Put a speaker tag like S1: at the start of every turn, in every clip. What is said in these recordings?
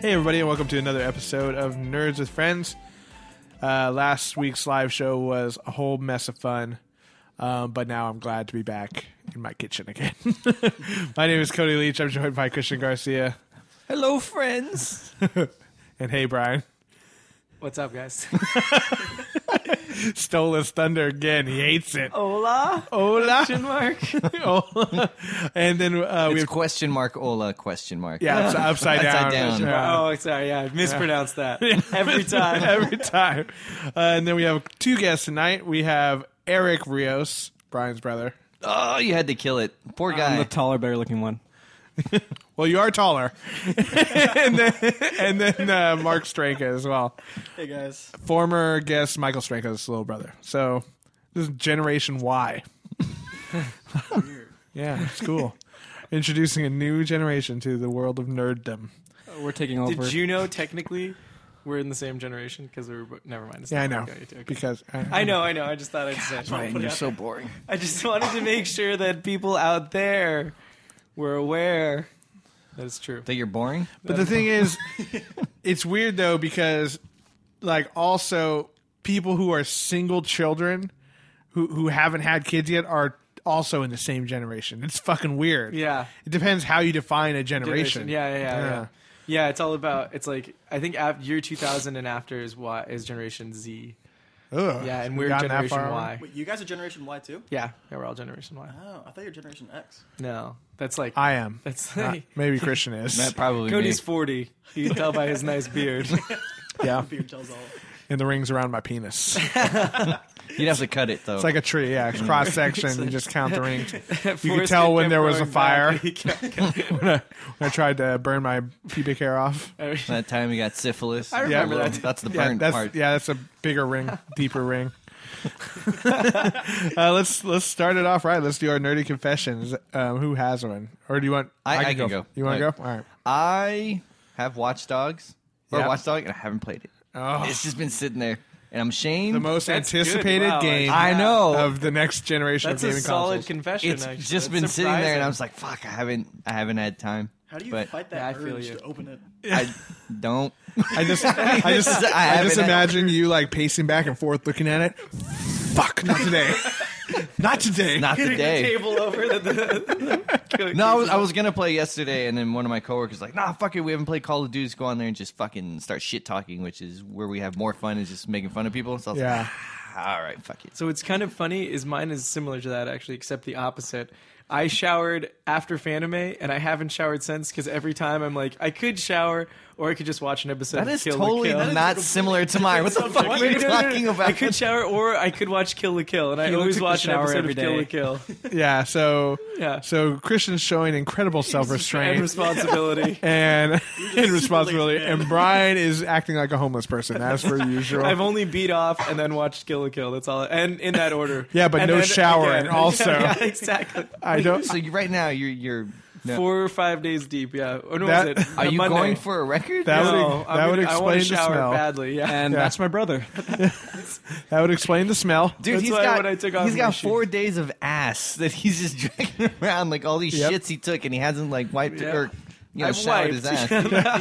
S1: Hey, everybody, and welcome to another episode of Nerds with Friends. Uh, last week's live show was a whole mess of fun, um, but now I'm glad to be back in my kitchen again. my name is Cody Leach. I'm joined by Christian Garcia.
S2: Hello, friends.
S1: And hey, Brian.
S2: What's up, guys?
S1: Stole his thunder again. He hates it.
S3: Oh,
S2: Hola.
S1: Hola.
S2: Question mark.
S1: Hola. and then uh, we
S3: It's
S1: have.
S3: question mark Ola question mark.
S1: Yeah, it's upside down.
S3: Upside down.
S1: Yeah.
S2: Oh, sorry. Yeah, I mispronounced that every time.
S1: every time. Uh, and then we have two guests tonight. We have Eric Rios, Brian's brother.
S3: Oh, you had to kill it. Poor
S4: I'm
S3: guy.
S4: the taller, better looking one.
S1: Well, you are taller, and then, and then uh, Mark Stranka as well,
S2: Hey, guys.
S1: former guest Michael Stranka's little brother. So this is Generation Y. yeah, it's cool. Introducing a new generation to the world of nerddom.
S4: We're taking over.
S2: Did you know technically we're in the same generation because we were? bo- Never mind. It's
S1: Yeah, I
S2: not-
S1: know
S2: okay, okay.
S1: because uh,
S2: I know. I know. I just thought I'd say. Brian,
S3: You're so boring.
S2: I just wanted to make sure that people out there were aware that it's true.
S3: That you're boring?
S1: But the thing is, it's weird though because, like, also people who are single children, who who haven't had kids yet, are also in the same generation. It's fucking weird.
S2: Yeah.
S1: it depends how you define a generation.
S2: Yeah, yeah, yeah,
S1: Yeah.
S2: yeah. Yeah, it's all about. It's like I think af- year 2000 and after is Y is Generation Z.
S1: Ugh.
S2: Yeah, and
S1: We've
S2: we're
S1: gotten that
S2: Generation
S1: far
S2: Y.
S5: Wait, you guys are Generation Y too?
S2: Yeah, yeah, we're all Generation Y.
S5: Oh, I thought you were Generation X.
S2: No, that's like
S1: I am.
S2: that's
S1: Uh,
S2: like
S1: maybe Christian is.
S3: That probably Cody's
S2: Cody's forty. You can tell by his nice beard.
S1: yeah,
S5: Beard tells all.
S1: and the rings around my penis. It's
S3: You'd have to cut it though.
S1: like a tree. Yeah, cross section. You just count the rings. You could
S2: Forrest
S1: tell
S2: Gump
S1: when there
S2: kept
S1: was a
S2: going
S1: fire
S2: back. He kept-
S1: when I, when I tried to burn my pubic hair off.
S3: that time he got syphilis.
S2: I remember
S3: Well,
S2: that.
S3: That's the
S1: Yeah,
S3: burn
S1: that's
S3: part.
S1: yeah, that's a bigger ring, deeper ring. uh, let's let's start it off right. Let's do our nerdy confessions. Um, who has one, or do you want?
S3: I- I can go.
S1: You want
S3: Like-
S1: to go? All right.
S3: I have watchdogs or
S1: Yeah.
S3: watchdog and I haven't played it.
S1: Oh,
S3: It's just been sitting there. And I'm ashamed.
S1: the most
S2: That's good.
S1: anticipated
S2: Wow,
S1: game.
S2: I
S3: know.
S1: of the next generation
S2: That's
S1: of
S2: a
S1: gaming
S2: solid
S1: consoles.
S2: confession.
S3: it's
S2: actually.
S3: just
S2: That's
S3: been sitting there and I
S2: surprising.
S3: was like, fuck, I haven't I haven't had time.
S5: How do you
S3: But
S5: fight
S2: Yeah, I
S5: that
S2: feel
S5: urge
S2: you.
S5: to open it?
S3: I don't
S1: I just I just
S3: I
S1: I, just
S3: haven't-
S1: imagine you like pacing back and forth, looking at it. Fuck, not today. not today.
S3: not the
S2: Hitting
S3: day.
S2: the table over the. the-
S3: No, I was, I was gonna play yesterday, and then one of my coworkers was like, "Nah, fuck it, we haven't played Call of Duty. Just go on there and just fucking start shit talking, which is where we have more fun is just making fun of people." So I was
S1: yeah.
S3: like, "Ah, "All right, fuck it."
S2: So it's kind of funny. Is mine is similar to that actually, except the opposite. I showered after Fanime, and I haven't showered since because every time I'm like, I could shower, or I could just watch an episode.
S3: That
S2: of
S3: is
S2: Kill la
S3: totally
S2: Kill.
S3: not similar to mine. What the fuck are
S2: Wait,
S3: you
S2: no, no, no, no.
S3: talking
S2: I
S3: about?
S2: could shower, or I could watch Kill the Kill, and I
S4: Keelan
S2: always
S4: took the
S2: watch an
S4: shower
S2: episode
S4: every
S2: of Kill
S4: day.
S2: the Kill.
S1: Yeah. So
S2: Yeah.
S1: so Christian's showing incredible self
S2: and
S1: restraint.
S2: responsibility.
S1: and and responsibility. And Brian is acting like a homeless person, as per usual.
S2: I've only beat off and then watched Kill a Kill. That's all. And in that order.
S1: Yeah, but
S2: And
S1: no
S2: then
S1: shower
S2: again.
S1: and also-
S2: Yeah, yeah, exactly.
S1: I don't.
S3: so you, right now, you're you're no.
S2: Four or five days deep. Yeah. Or no,
S1: That-
S2: was it?
S3: are
S2: A
S3: you
S2: Monday.
S3: going for a record?
S1: That
S2: No,
S1: would-
S2: I
S1: that
S2: mean,
S1: would
S2: I wanna
S1: explain the
S2: shower
S1: smell.
S2: badly. Yeah.
S4: and
S1: Yeah.
S4: that's my brother.
S1: That would explain the smell.
S3: Dude,
S2: That's
S3: he's
S2: why
S3: got
S2: when I took off
S3: he's
S2: my
S3: got
S2: shoes-
S3: four days of ass that he's just dragging around like all these
S1: Yep.
S3: shits he took, and he hasn't like wiped
S2: Yeah.
S3: or you know
S2: I've
S3: showered his ass.
S2: wiped.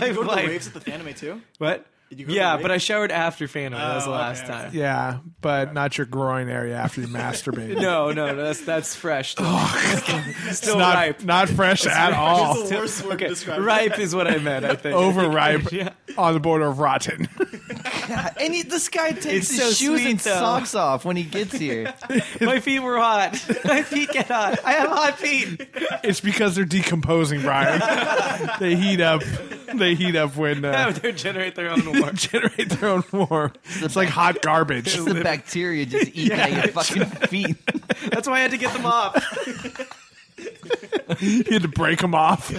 S2: I've
S5: You go to the
S2: wiped.
S5: waves at the Fanime too?
S2: What?
S5: Did you go to
S2: Yeah,
S5: the
S2: but I
S5: lake?
S2: showered after Phantom. that was the last time.
S1: Yeah, but not your groin area after you masturbate.
S2: No, no, no, that's that's fresh. Still, still
S1: Oh, not
S2: ripe.
S1: not fresh at all.
S5: That's the worst word to describe.
S2: Ripe is what I meant. I think.
S1: Overripe,
S2: Yeah.
S1: on the border of rotten.
S3: And he, this guy takes
S2: It's
S3: his
S2: so
S3: shoes
S2: sweet,
S3: and
S2: though.
S3: socks off when he gets here.
S2: My feet were hot. My feet get hot. I have hot feet.
S1: it's because they're decomposing, Brian. they heat up. They heat up when uh,
S2: They generate their own warmth.
S1: generate their own warmth. It's like hot garbage.
S3: It's the bacteria just eating at your fucking feet.
S2: That's why I had to get them off.
S1: You had to break them off.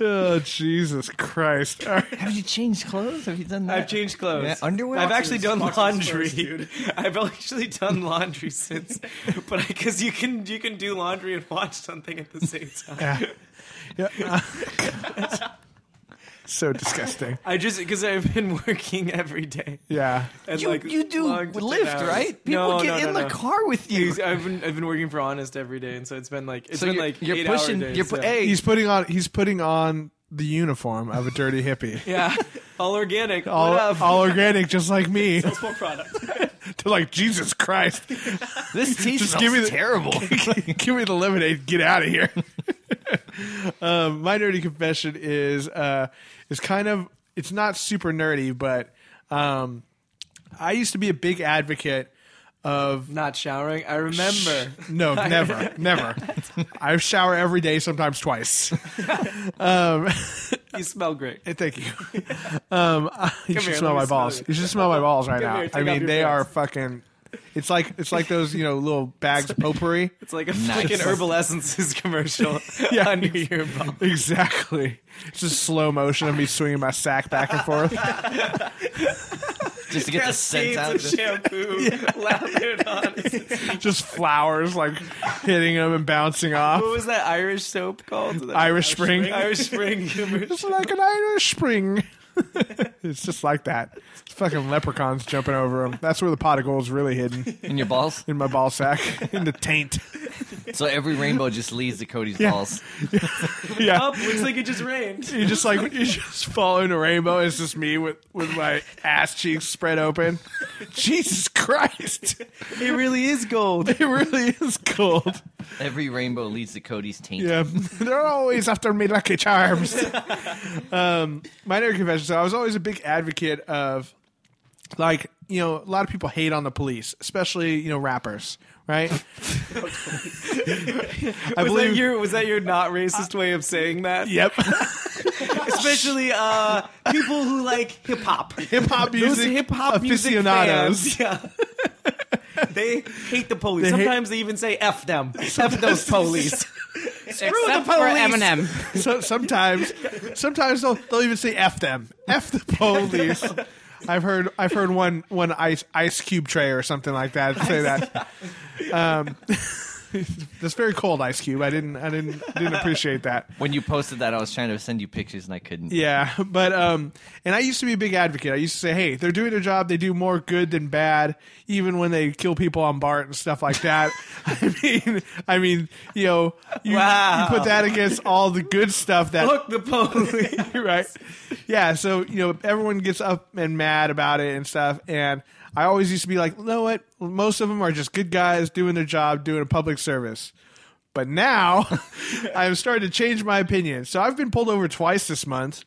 S1: oh Jesus Christ! All right.
S3: Have you changed clothes? Have you done that?
S2: I've changed clothes.
S3: Yeah, underwear?
S2: I've actually done
S5: Boxers
S2: laundry.
S5: first, dude.
S2: I've actually done laundry since, but because you can you can do laundry and watch something at the same time.
S1: Yeah. Yeah. so disgusting.
S2: I just because I've been working every day.
S1: Yeah.
S2: And
S3: You,
S2: like
S3: you do
S2: long to
S3: lift,
S2: hours.
S3: right? People
S2: No,
S3: get
S2: no, no,
S3: in
S2: no.
S3: the car with you.
S2: I've been I've been working for Honest every day, and so it's been like it's
S3: So
S2: been
S3: you're-
S2: like
S3: you're
S2: eight
S3: pushing-
S2: Hour days,
S3: you're pu-
S2: yeah.
S3: hey.
S1: He's putting on. He's putting on the uniform of a dirty hippie.
S2: yeah, all organic.
S1: All,
S2: what up?
S1: all organic, just like me. They're
S5: It's more product.
S1: like Jesus Christ.
S3: This tea
S1: Just
S3: smells
S1: give me the-
S3: terrible.
S1: Give me the lemonade. Get out of here. um, my nerdy confession is uh, is kind of it's not super nerdy, but um, I used to be a big advocate of
S2: Not showering. I remember.
S1: No, never, never. I shower every day, sometimes twice.
S2: you smell great.
S1: Hey, Thank you. Um, you should
S2: here,
S1: smell
S2: let me
S1: my
S2: smell
S1: balls.
S2: you.
S1: You should smell my balls right
S2: Come
S1: now.
S2: here, take
S1: I
S2: off
S1: mean,
S2: your
S1: they are
S2: pants.
S1: fucking. It's like it's like those you know little bags of potpourri.
S2: It's like a
S3: Nice.
S2: freaking Herbal Essences commercial
S1: Yeah.
S2: on your ear bump.
S1: Exactly. It's just slow motion of me swinging my sack back and forth.
S3: just to get the scent out.
S2: of shampoo lathered on.
S1: just flowers like hitting them and bouncing off.
S2: What was that Irish soap called? That
S1: Irish Spring.
S2: Irish Spring
S1: It's
S2: commercial.
S1: like an Irish Spring. it's just like that. It's fucking leprechauns jumping over them. That's where the pot of gold's really hidden
S3: in your balls.
S1: in my ball sack, in the taint.
S3: So every rainbow just leads to Cody's
S1: Yeah.
S3: balls.
S1: Yeah.
S2: Up, looks like it just rained.
S1: You just like you just fall in a rainbow. It's just me with with my ass cheeks spread open. Jesus Christ!
S2: It really is gold.
S1: It really is cold.
S3: Every rainbow leads to Cody's taint.
S1: Yeah, they're always after me lucky charms. um, my nerd confession. So I was always a big advocate of, like you know, a lot of people hate on the police, especially you know rappers, right? I
S2: Was that
S1: believe.
S2: your was that your not racist way of saying that?
S1: Yep,
S2: Especially uh, people who like hip hop.
S1: hip hop
S2: Those
S1: music
S2: hip hop music
S1: aficionados.
S2: fans, yeah. They hate the police.
S1: They hate-
S2: Sometimes they even say "f them," "f those police." Screw the
S6: Except for
S2: police.
S6: Eminem.
S1: So, sometimes, sometimes they'll, they'll even say "f them," "f the police." I've heard I've heard one one ice ice cube tray or something like that say that. Um, that's very cold, Ice Cube. I didn't I didn't didn't appreciate that.
S3: When you posted that, I was trying to send you pictures and I couldn't.
S1: Yeah, but um, and I used to be a big advocate. I used to say, "Hey, they're doing their job. They do more good than bad, even when they kill people on BART and stuff like that." I mean, I mean, you know, you,
S2: Wow.
S1: you put that against all the good stuff that
S2: Look, the police.
S1: right? Yeah. So you know, everyone gets up and mad about it and stuff. And I always used to be like, you know what? Most of them are just good guys doing their job, doing a public service. But now I'm starting to change my opinion. So I've been pulled over twice this month.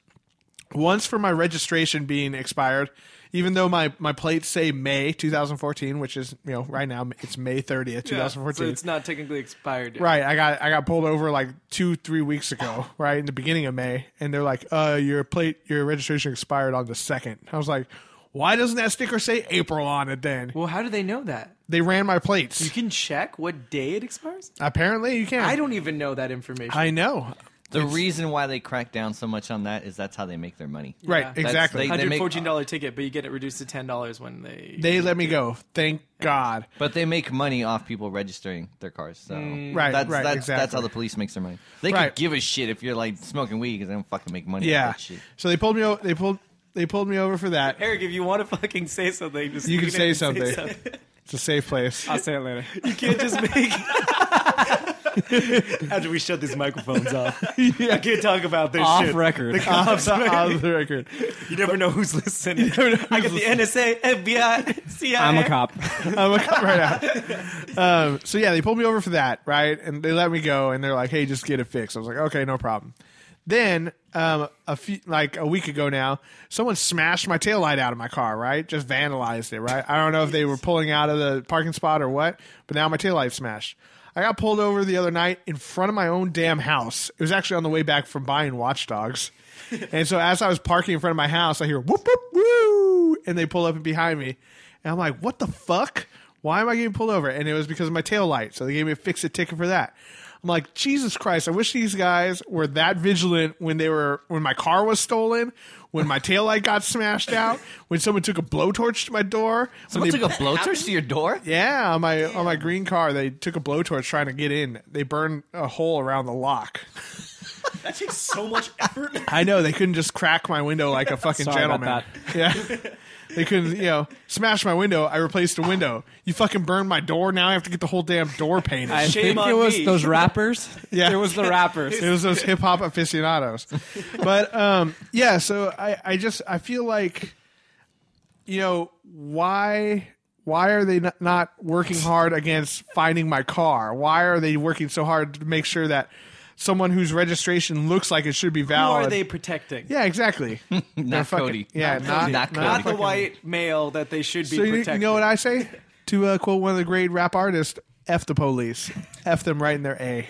S1: Once for my registration being expired, even though my, my plates say May 2014, which is you know right now it's May 30th 2014.
S2: So it's not technically expired. Yet.
S1: Right, I got I got pulled over like two three weeks ago, right in the beginning of May, and they're like, "Uh, your plate, your registration expired on the second. I was like, "Why doesn't that sticker say April on it?" Then
S2: Well, how do they know that?
S1: they ran my plates.
S2: You can check what day it expires.
S1: Apparently, you can't.
S2: I don't even know that information.
S1: I know.
S3: The reason why they crack down so much on that is that's how they make their money.
S1: Right,
S3: That's-
S1: exactly.
S3: they-
S1: They,
S2: Hundred
S3: make-
S2: fourteen dollar ticket, but you get it reduced to ten dollars when they.
S1: let me go. Thank God.
S3: But they make money off people registering their cars. So
S1: Right,
S3: that's,
S1: right,
S3: that's,
S1: exactly.
S3: that's how the police makes their money. They
S1: Right.
S3: could give a shit if you're like smoking weed because they don't fucking make money. off
S1: Yeah.
S3: that shit.
S1: So they pulled me. o- They pulled. They pulled me over for that.
S2: Eric, if you want to fucking say something, just
S1: You can
S2: lean in
S1: say
S2: and
S1: something. It's a safe place.
S7: I'll say it later.
S2: You can't just make.
S8: After we shut these microphones off, I can't talk about this
S2: Off
S8: shit.
S2: record.
S8: The cops.
S1: off the record.
S8: you never know who's listening. I got the NSA, FBI, CIA.
S2: I'm a cop.
S1: I'm gonna come right out. Um, so yeah, they pulled me over for that, right? And they let me go, and they're like, "Hey, just get it fixed." I was like, "Okay, no problem." Then um, a few, like a week ago now, someone smashed my taillight out of my car, right? Just vandalized it, right? I don't know if they were pulling out of the parking spot or what, but now my taillight's smashed. I got pulled over the other night in front of my own damn house. It was actually on the way back from buying watchdogs. and so as I was parking in front of my house, I hear whoop whoop woo and they pull up behind me. And I'm like, what the fuck? Why am I getting pulled over? And it was because of my tail light. So they gave me a fix it ticket for that. I'm like, Jesus Christ, I wish these guys were that vigilant when they were when my car was stolen, when my tail light got smashed out, when someone took a blowtorch to my door.
S3: Someone
S1: when they,
S3: took a blowtorch to your door?
S1: yeah, on my on my green car, they took a blowtorch trying to get in. They burned a hole around the lock.
S5: That takes so much effort.
S1: I know they couldn't just crack my window like a fucking
S2: Sorry about
S1: gentleman. Yeah. They couldn't, you know, smash my window. I replaced a window. You fucking burned my door. Now I have to get the whole damn door painted.
S2: I
S8: Shame
S2: think
S8: on
S2: it was
S8: me.
S2: those rappers.
S1: Yeah.
S2: It was the rappers.
S1: it was those hip hop aficionados. But um, yeah, so I, I just I feel like, you know, why why are they not, not working hard against finding my car? Why are they working so hard to make sure that someone whose registration looks like it should be
S8: Who
S1: valid?
S8: are they protecting?
S1: Yeah, exactly.
S3: Not
S1: fucking-
S3: Cody.
S1: yeah, not-
S3: not
S1: not
S8: Not
S3: Cody.
S8: the white male that they should be
S1: so you,
S8: protecting.
S1: you know what I say? To uh, quote one of the great rap artists, "F the police, f them right in their a."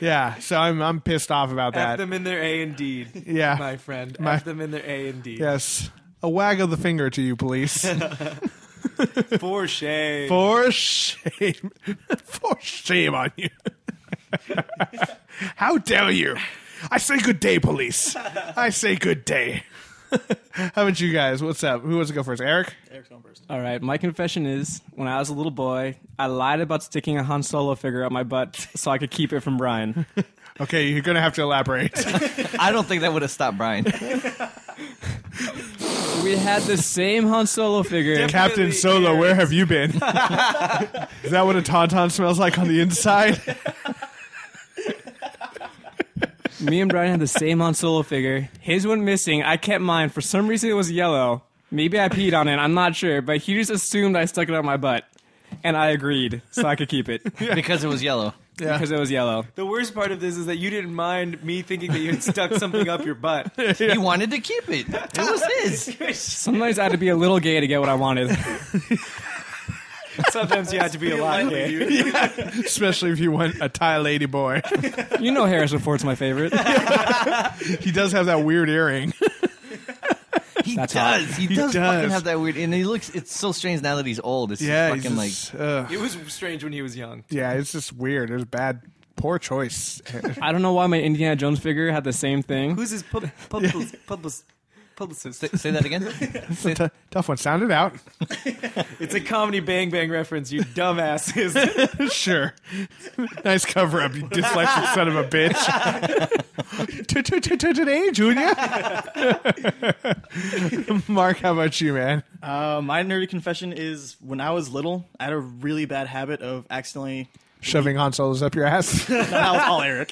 S1: yeah, so I'm I'm pissed off about
S8: F
S1: that.
S8: them in their A and D.
S1: Yeah.
S8: my friend.
S1: My-
S8: F them in their A and D.
S1: Yes, a wag of the finger to you, police.
S8: For shame.
S1: For shame, for shame on you. How dare you? I say good day, police. I say good day. How about you guys? What's up? Who wants to go first? Eric.
S5: Eric's going first.
S2: All right, my confession is when I was a little boy, I lied about sticking a Han Solo figure up my butt so I could keep it from Brian.
S1: Okay, you're gonna have to elaborate.
S3: I don't think that would have stopped Brian.
S2: we had the same Han Solo figure.
S1: Captain
S8: Definitely
S1: Solo,
S8: Eric.
S1: where have you been? Is that what a tauntaun smells like on the inside?
S2: Me and Brian had the same Han Solo figure. His went missing. I kept mine. For some reason, it was yellow. Maybe I peed on it. I'm not sure, but he just assumed I stuck it on my butt, and I agreed so I could keep it
S3: Because it was yellow.
S2: because it was yellow.
S8: The worst part of this is that you didn't mind me thinking that you had stuck something up your butt.
S3: He wanted to keep it. It was his.
S2: Sometimes I had to be a little gay to get what I wanted.
S8: Sometimes you had to be a lot gay.
S1: Especially if you want a Thai lady boy.
S2: You know, Harrison Ford's my favorite.
S1: He does have that weird earring.
S3: He
S2: That's
S3: does. He, does, fucking
S1: does.
S3: have that weird. And he looks. It's so strange now that he's old. It's just
S1: Yeah, he's
S3: fucking like.
S1: just, ugh.
S8: It was strange when he was young.
S1: yeah, it's just weird. It was bad, poor choice.
S2: I don't know why my Indiana Jones figure had the same thing.
S8: Who's his pub- publicist? publicist? Publicist.
S3: Say that again.
S1: It's a t- tough one. Sound it out.
S8: It's a comedy bang bang reference, you dumbasses.
S1: sure. nice cover up, you dyslexic son of a bitch. T- t- t- t- Today, Junior. Mark, how about you, man?
S5: Uh, my nerdy confession is when I was little, I had a really bad habit of accidentally.
S1: Shoving Han Solo's up your ass.
S5: No, that was all Eric.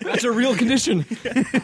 S2: That's a real condition.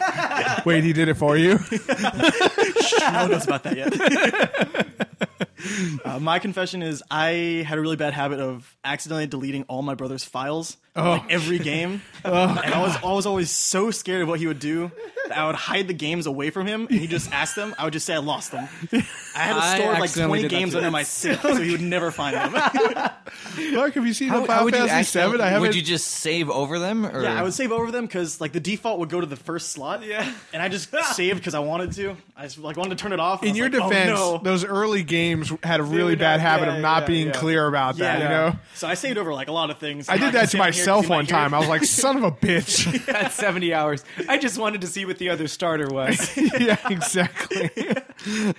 S1: Wait, he did it for you?
S5: no one knows about that yet. uh, my confession is I had a really bad habit of accidentally deleting all my brother's files
S2: Oh.
S5: like every game, and I was, I was always so scared of what he would do. that I would hide the games away from him, and he just asked them. I would just say I lost them. I had
S2: I
S5: a store of like
S2: accidentally
S5: twenty
S2: did that
S5: games
S2: too.
S5: under my sink, so he would never find them.
S1: Mark, have you seen
S3: How,
S1: the
S3: how
S1: Final
S3: would you
S1: Fantasy
S3: actually-
S1: Seven? I haven't.
S3: Would you just save over them? Or?
S5: Yeah, I would save over them because like the default would go to the first slot.
S8: Yeah.
S5: and I just saved because I wanted to. I just like wanted to turn it off. and
S1: in
S5: I
S1: your
S5: was like, oh,
S1: defense,
S5: no.
S1: those early games had a really
S8: were
S1: bad
S8: not-
S1: habit
S8: yeah,
S1: of not
S8: yeah,
S1: being
S8: yeah.
S1: clear about that.
S5: Yeah.
S1: You know,
S5: So I saved over like a lot of things.
S1: I did that to myself one time. I was like, "Son of a bitch!"
S8: That's 70 hours. I just wanted to see what the other starter was.
S1: yeah, exactly.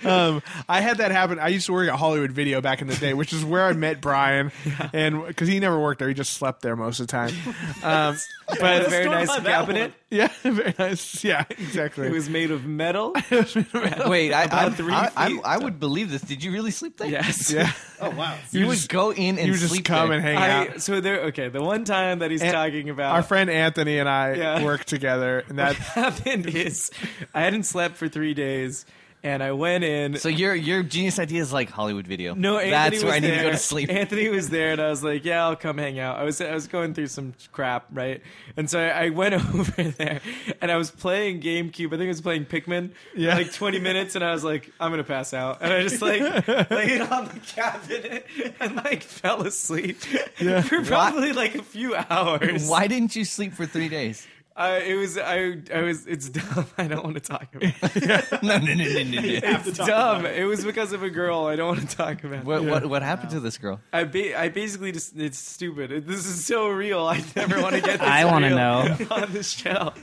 S1: um, I had that happen. I used to work at Hollywood Video back in the day, which is where I met Brian, and because he never worked there, he just slept there most of the time. Um,
S2: Had
S1: but
S2: a very
S5: Don't
S2: nice
S5: buy that
S2: cabinet.
S1: yeah, very nice. Yeah, exactly.
S2: It was made of metal.
S3: Wait, I I,
S2: three
S3: I, I,
S2: feet.
S3: I would believe this. Did you really sleep there?
S2: yes.
S1: yeah,
S5: Oh wow.
S3: You, would go in and
S1: you
S3: sleep
S1: just come
S3: there.
S1: and hang out.
S2: I, so there. Okay, the one time that he's
S1: And
S2: talking about
S1: Our friend Anthony and I
S2: Yeah.
S1: work together, and that
S2: happened is I hadn't slept for three days, and I went in.
S3: So your your genius idea is like Hollywood video.
S2: no, Anthony
S3: that's
S2: was
S3: where I need
S2: there.
S3: to go to sleep.
S2: Anthony was there, and I was like, "Yeah, I'll come hang out." I was I was going through some crap, right? And so I, I went over there, and I was playing GameCube. I think I was playing Pikmin,
S1: Yeah.
S2: like twenty minutes, and I was like, "I'm gonna pass out," and I just like laid on the cabinet and like fell asleep for probably like a few hours.
S3: Why didn't you sleep for three days?
S2: I, it was I I was it's dumb. I don't want to talk about. it.
S3: no, no, no, no, no, no.
S2: It's dumb. It was because of a girl. I don't want to talk about. it.
S3: What, what what happened to this girl?
S2: I ba- I basically just it's stupid. It- This is so real. I never want to get. This
S9: I
S2: want
S9: wanna
S2: to
S9: know.
S2: on the show.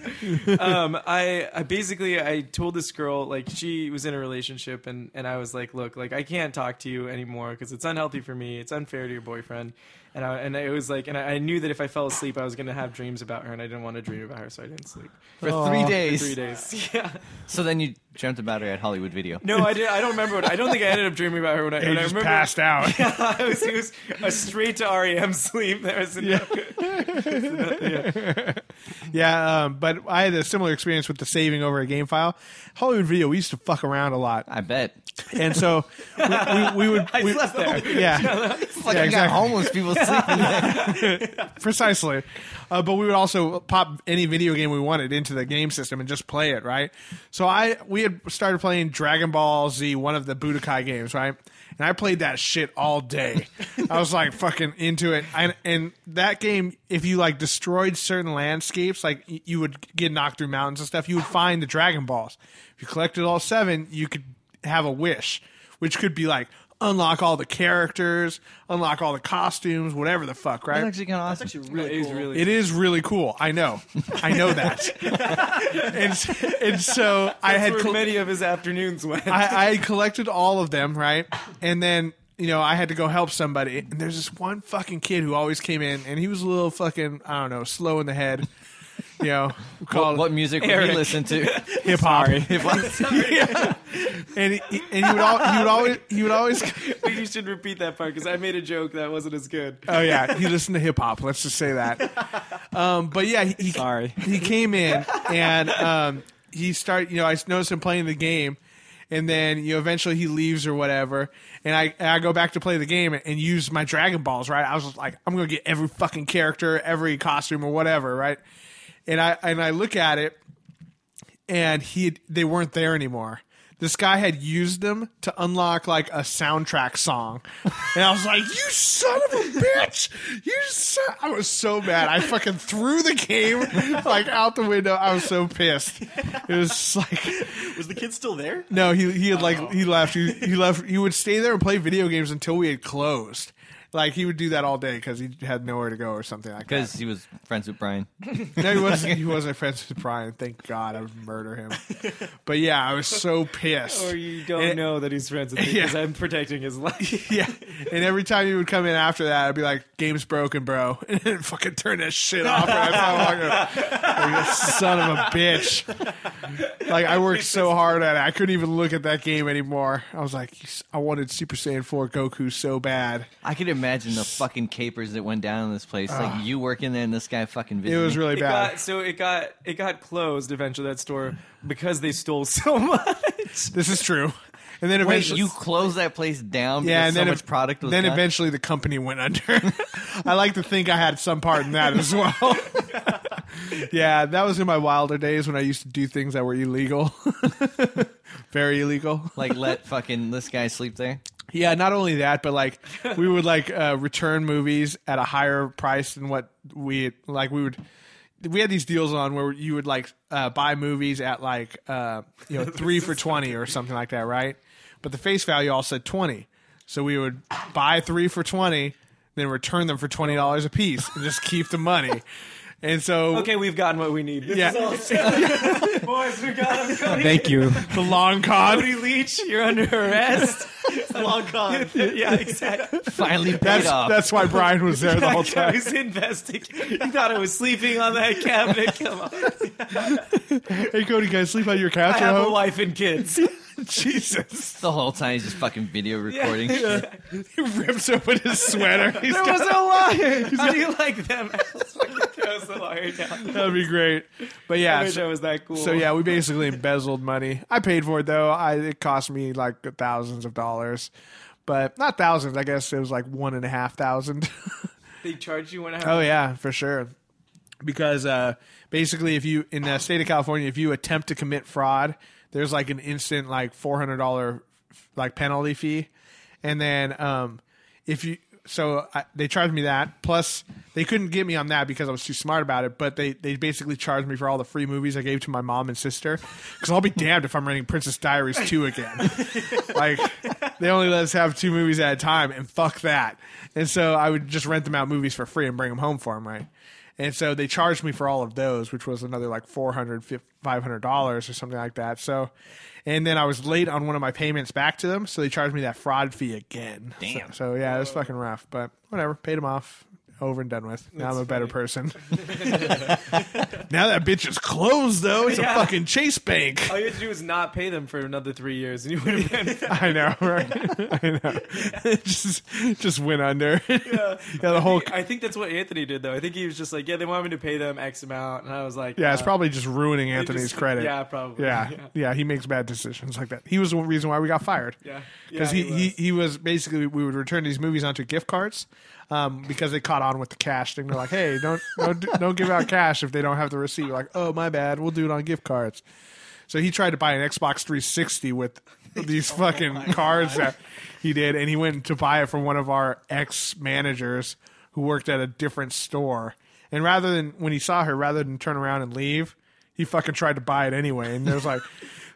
S2: Um, I I basically I told this girl like she was in a relationship and and I was like, look, like I can't talk to you anymore because it's unhealthy for me. It's unfair to your boyfriend. And I and it was like and I, I knew that if I fell asleep, I was gonna have dreams about her, and I didn't want to dream about her, so I didn't sleep
S3: For three days.
S2: three days. Yeah.
S3: So then you dreamt about her at Hollywood Video.
S2: No, I did. I don't remember. What, I don't think I ended up dreaming about her when I,
S1: he
S2: when I
S1: just
S2: remember.
S1: passed out.
S2: I was, it was a straight to REM sleep. There was no-
S1: Yeah, um, but I had a similar experience with the saving over a game file. Hollywood Video, we used to fuck around a lot,
S3: I bet.
S1: and so we, we, we would. we,
S2: slept there.
S1: Yeah,
S3: It's like
S1: Yeah,
S3: I got
S1: exactly.
S3: homeless people sleeping.
S1: precisely. Uh, but we would also pop any video game we wanted into the game system and just play it, right? So I we had started playing Dragon Ball Z, one of the Budokai games, right? And I played that shit all day. I was like fucking into it. And, and that game, if you like destroyed certain landscapes, like y- you would get knocked through mountains and stuff, you would find the Dragon Balls. If you collected all seven, you could have a wish, which could be like unlock all the characters, unlock all the costumes, whatever the fuck, right?
S3: That's actually kind of awesome.
S5: Actually, really
S2: It was
S5: cool.
S2: really.
S1: It is really cool. I know. I know that. and, s- and so I had
S2: where
S1: col-
S2: many of his afternoons went.
S1: I, I had collected all of them, right? And then you know I had to go help somebody. And there's this one fucking kid who always came in, and he was a little fucking I don't know, slow in the head. You know,
S3: What,
S1: called
S3: what music would he listen to?
S1: hip hop, hip hop, and he, and he would all, he would always he would always
S2: think you should repeat that part because I made a joke that wasn't as good.
S1: oh yeah he listened to hip hop let's just say that um, but yeah he, he-
S9: Sorry.
S1: he came in and um, he started you know i noticed him playing the game and then you know eventually he leaves or whatever and i, and I go back to play the game and use my dragon balls right i was just like i'm gonna get every fucking character every costume or whatever right and i and i look at it and he had- they weren't there anymore. This guy had used them to unlock like a soundtrack song, and I was like, "You son of a bitch! You son!" I was so mad. I fucking threw the game like out the window. I was so pissed. It was just like,
S5: Was the kid still there?
S1: no, he he had like he left. He, he left. He would stay there and play video games until we had closed. Like he would do that all day because he had nowhere to go or something like that.
S3: Because he was friends with Brian.
S1: No, he wasn't. He wasn't friends with Brian. Thank God, I would murder him. But yeah, I was so pissed.
S2: Or you don't
S1: And-
S2: know that he's friends with me
S1: Yeah.
S2: because I'm protecting his life.
S1: Yeah, and every time he would come in after that, I'd be like, "Game's broken, bro," and then fucking turn that shit off. Right? That's how long it- like, son of a bitch! Like I worked so hard at it, I couldn't even look at that game anymore. I was like, I wanted Super Saiyan Four Goku so bad.
S3: I could imagine the fucking capers that went down in this place. Like you working there and this guy fucking
S1: Ah. It
S3: visiting.
S1: was really
S2: It
S1: bad.
S2: got, so it got it got closed eventually that store because they stole so much.
S1: this is true. And then
S3: Wait,
S1: eventually,
S3: you closed Um, that place down
S1: yeah,
S3: because
S1: and
S3: so
S1: then
S3: much
S1: ev-
S3: product was
S1: then
S3: done?
S1: eventually the company went under. I like to think I had some part in that as well. yeah, that was in my wilder days when I used to do things that were illegal, very illegal.
S3: like let fucking this guy sleep there.
S1: Yeah, not only that, but like we would like uh, return movies at a higher price than what we like. We would we had these deals on where you would like uh, buy movies at like uh, you know three for twenty or something like that, right? But the face value all said twenty, so we would buy three for twenty, then return them for twenty dollars a piece and just keep the money. And so
S8: Okay, we've gotten what we need. This
S1: Yeah.
S8: is all set. Boys, we got him. Cody,
S2: Thank you.
S1: the long con.
S8: Cody Leach, you're under arrest.
S5: Long con.
S8: yeah, exactly.
S3: Finally paid
S1: That's
S3: off.
S1: that's why Brian was there the whole
S8: I
S1: time.
S8: was investigating. You thought I was sleeping on that cabinet. Come on.
S1: Hey Cody, can I sleep on your couch
S8: I
S1: at
S8: have a
S1: home?
S8: wife and kids.
S1: Jesus,
S3: the whole time he's just fucking video recording.
S1: he rips open his sweater. He's
S8: There
S1: got-
S8: was a liar. How do you like them? There was a liar down.
S1: that'd be great. But yeah,
S8: I wish
S1: so-
S8: I was that cool.
S1: So yeah, we basically embezzled money. I paid for it though. I it cost me like thousands of dollars, but not thousands. I guess it was like one and a half thousand.
S8: they charged you one
S1: oh
S8: hour.
S1: yeah, for sure. Because uh, basically, if you in the state of California, if you attempt to commit fraud, there's like an instant like four hundred dollar like penalty fee, and then um, if you so I, they charged me that plus they couldn't get me on that because I was too smart about it. But they they basically charged me for all the free movies I gave to my mom and sister because I'll be damned if I'm renting Princess Diaries two again. like they only let us have two movies at a time, and fuck that. And so I would just rent them out movies for free and bring them home for them, right? And so they charged me for all of those, which was another like 400 500 dollars or something like that. So, and then I was late on one of my payments back to them, so they charged me that fraud fee again.
S3: Damn.
S1: So, so, yeah, it was fucking rough, but whatever. Paid him off, over and done with. Now I'm a better person. now that bitch is closed though. It's
S8: Yeah.
S1: a fucking Chase Bank.
S8: All you had to do was not pay them for another three years, and you would have been.
S1: I know, right? I know. just, just went under. Yeah, the whole.
S8: I think that's what Anthony did, though. I think he was just like, "Yeah, they want me to pay them X amount," and I was like,
S1: Yeah, it's
S8: uh,
S1: probably just ruining
S8: they
S1: Anthony's
S8: just-
S1: credit.
S8: Yeah, probably.
S1: Yeah, yeah, he makes bad decisions like that. He was the reason why we got fired.
S8: Yeah.
S1: because
S8: Yeah,
S1: he,
S8: he
S1: he,
S8: was.
S1: he was basically we would return these movies onto gift cards um, because they caught on with the cash thing. They're like, hey, don't don't do- don't give out cash if they don't have the receipt. Like, oh my bad, we'll do it on gift cards. So he tried to buy an Xbox 360 with these fucking cards that he did, and he went to buy it from one of our ex managers who worked at a different store. And rather than when he saw her, rather than turn around and leave, he fucking tried to buy it anyway. And there's like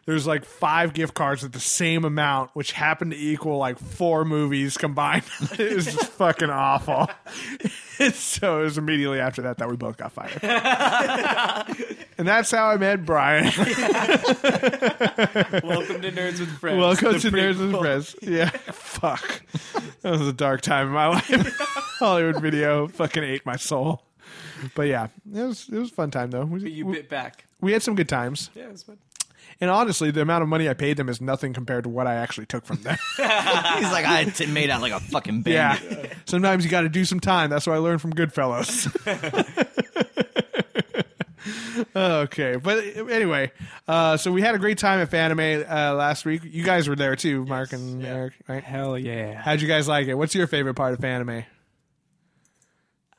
S1: there's like five gift cards at the same amount, which happened to equal like four movies combined. it was just fucking awful. so it was immediately after that that we both got fired. and that's how I met Brian.
S8: Welcome to Nerds with Friends.
S1: Welcome
S8: the
S1: to Nerds and
S8: prequel.
S1: Friends. Yeah, fuck. That was a dark time in my life. Hollywood video fucking ate my soul. But yeah, it was it was a fun time though.
S8: But
S1: We,
S8: you bit back.
S1: we had some good times,
S8: Yeah, it was fun.
S1: and honestly, the amount of money I paid them is nothing compared to what I actually took from them.
S3: he's like, I t- made out like a fucking bandit.
S1: yeah, sometimes you got to do some time. That's what I learned from Goodfellas. okay, but anyway, uh, so we had a great time at Fanime uh, last week. You guys were there too, Mark and Eric, right?
S2: Hell yeah.
S1: How'd you guys like it? What's your favorite part of Fanime?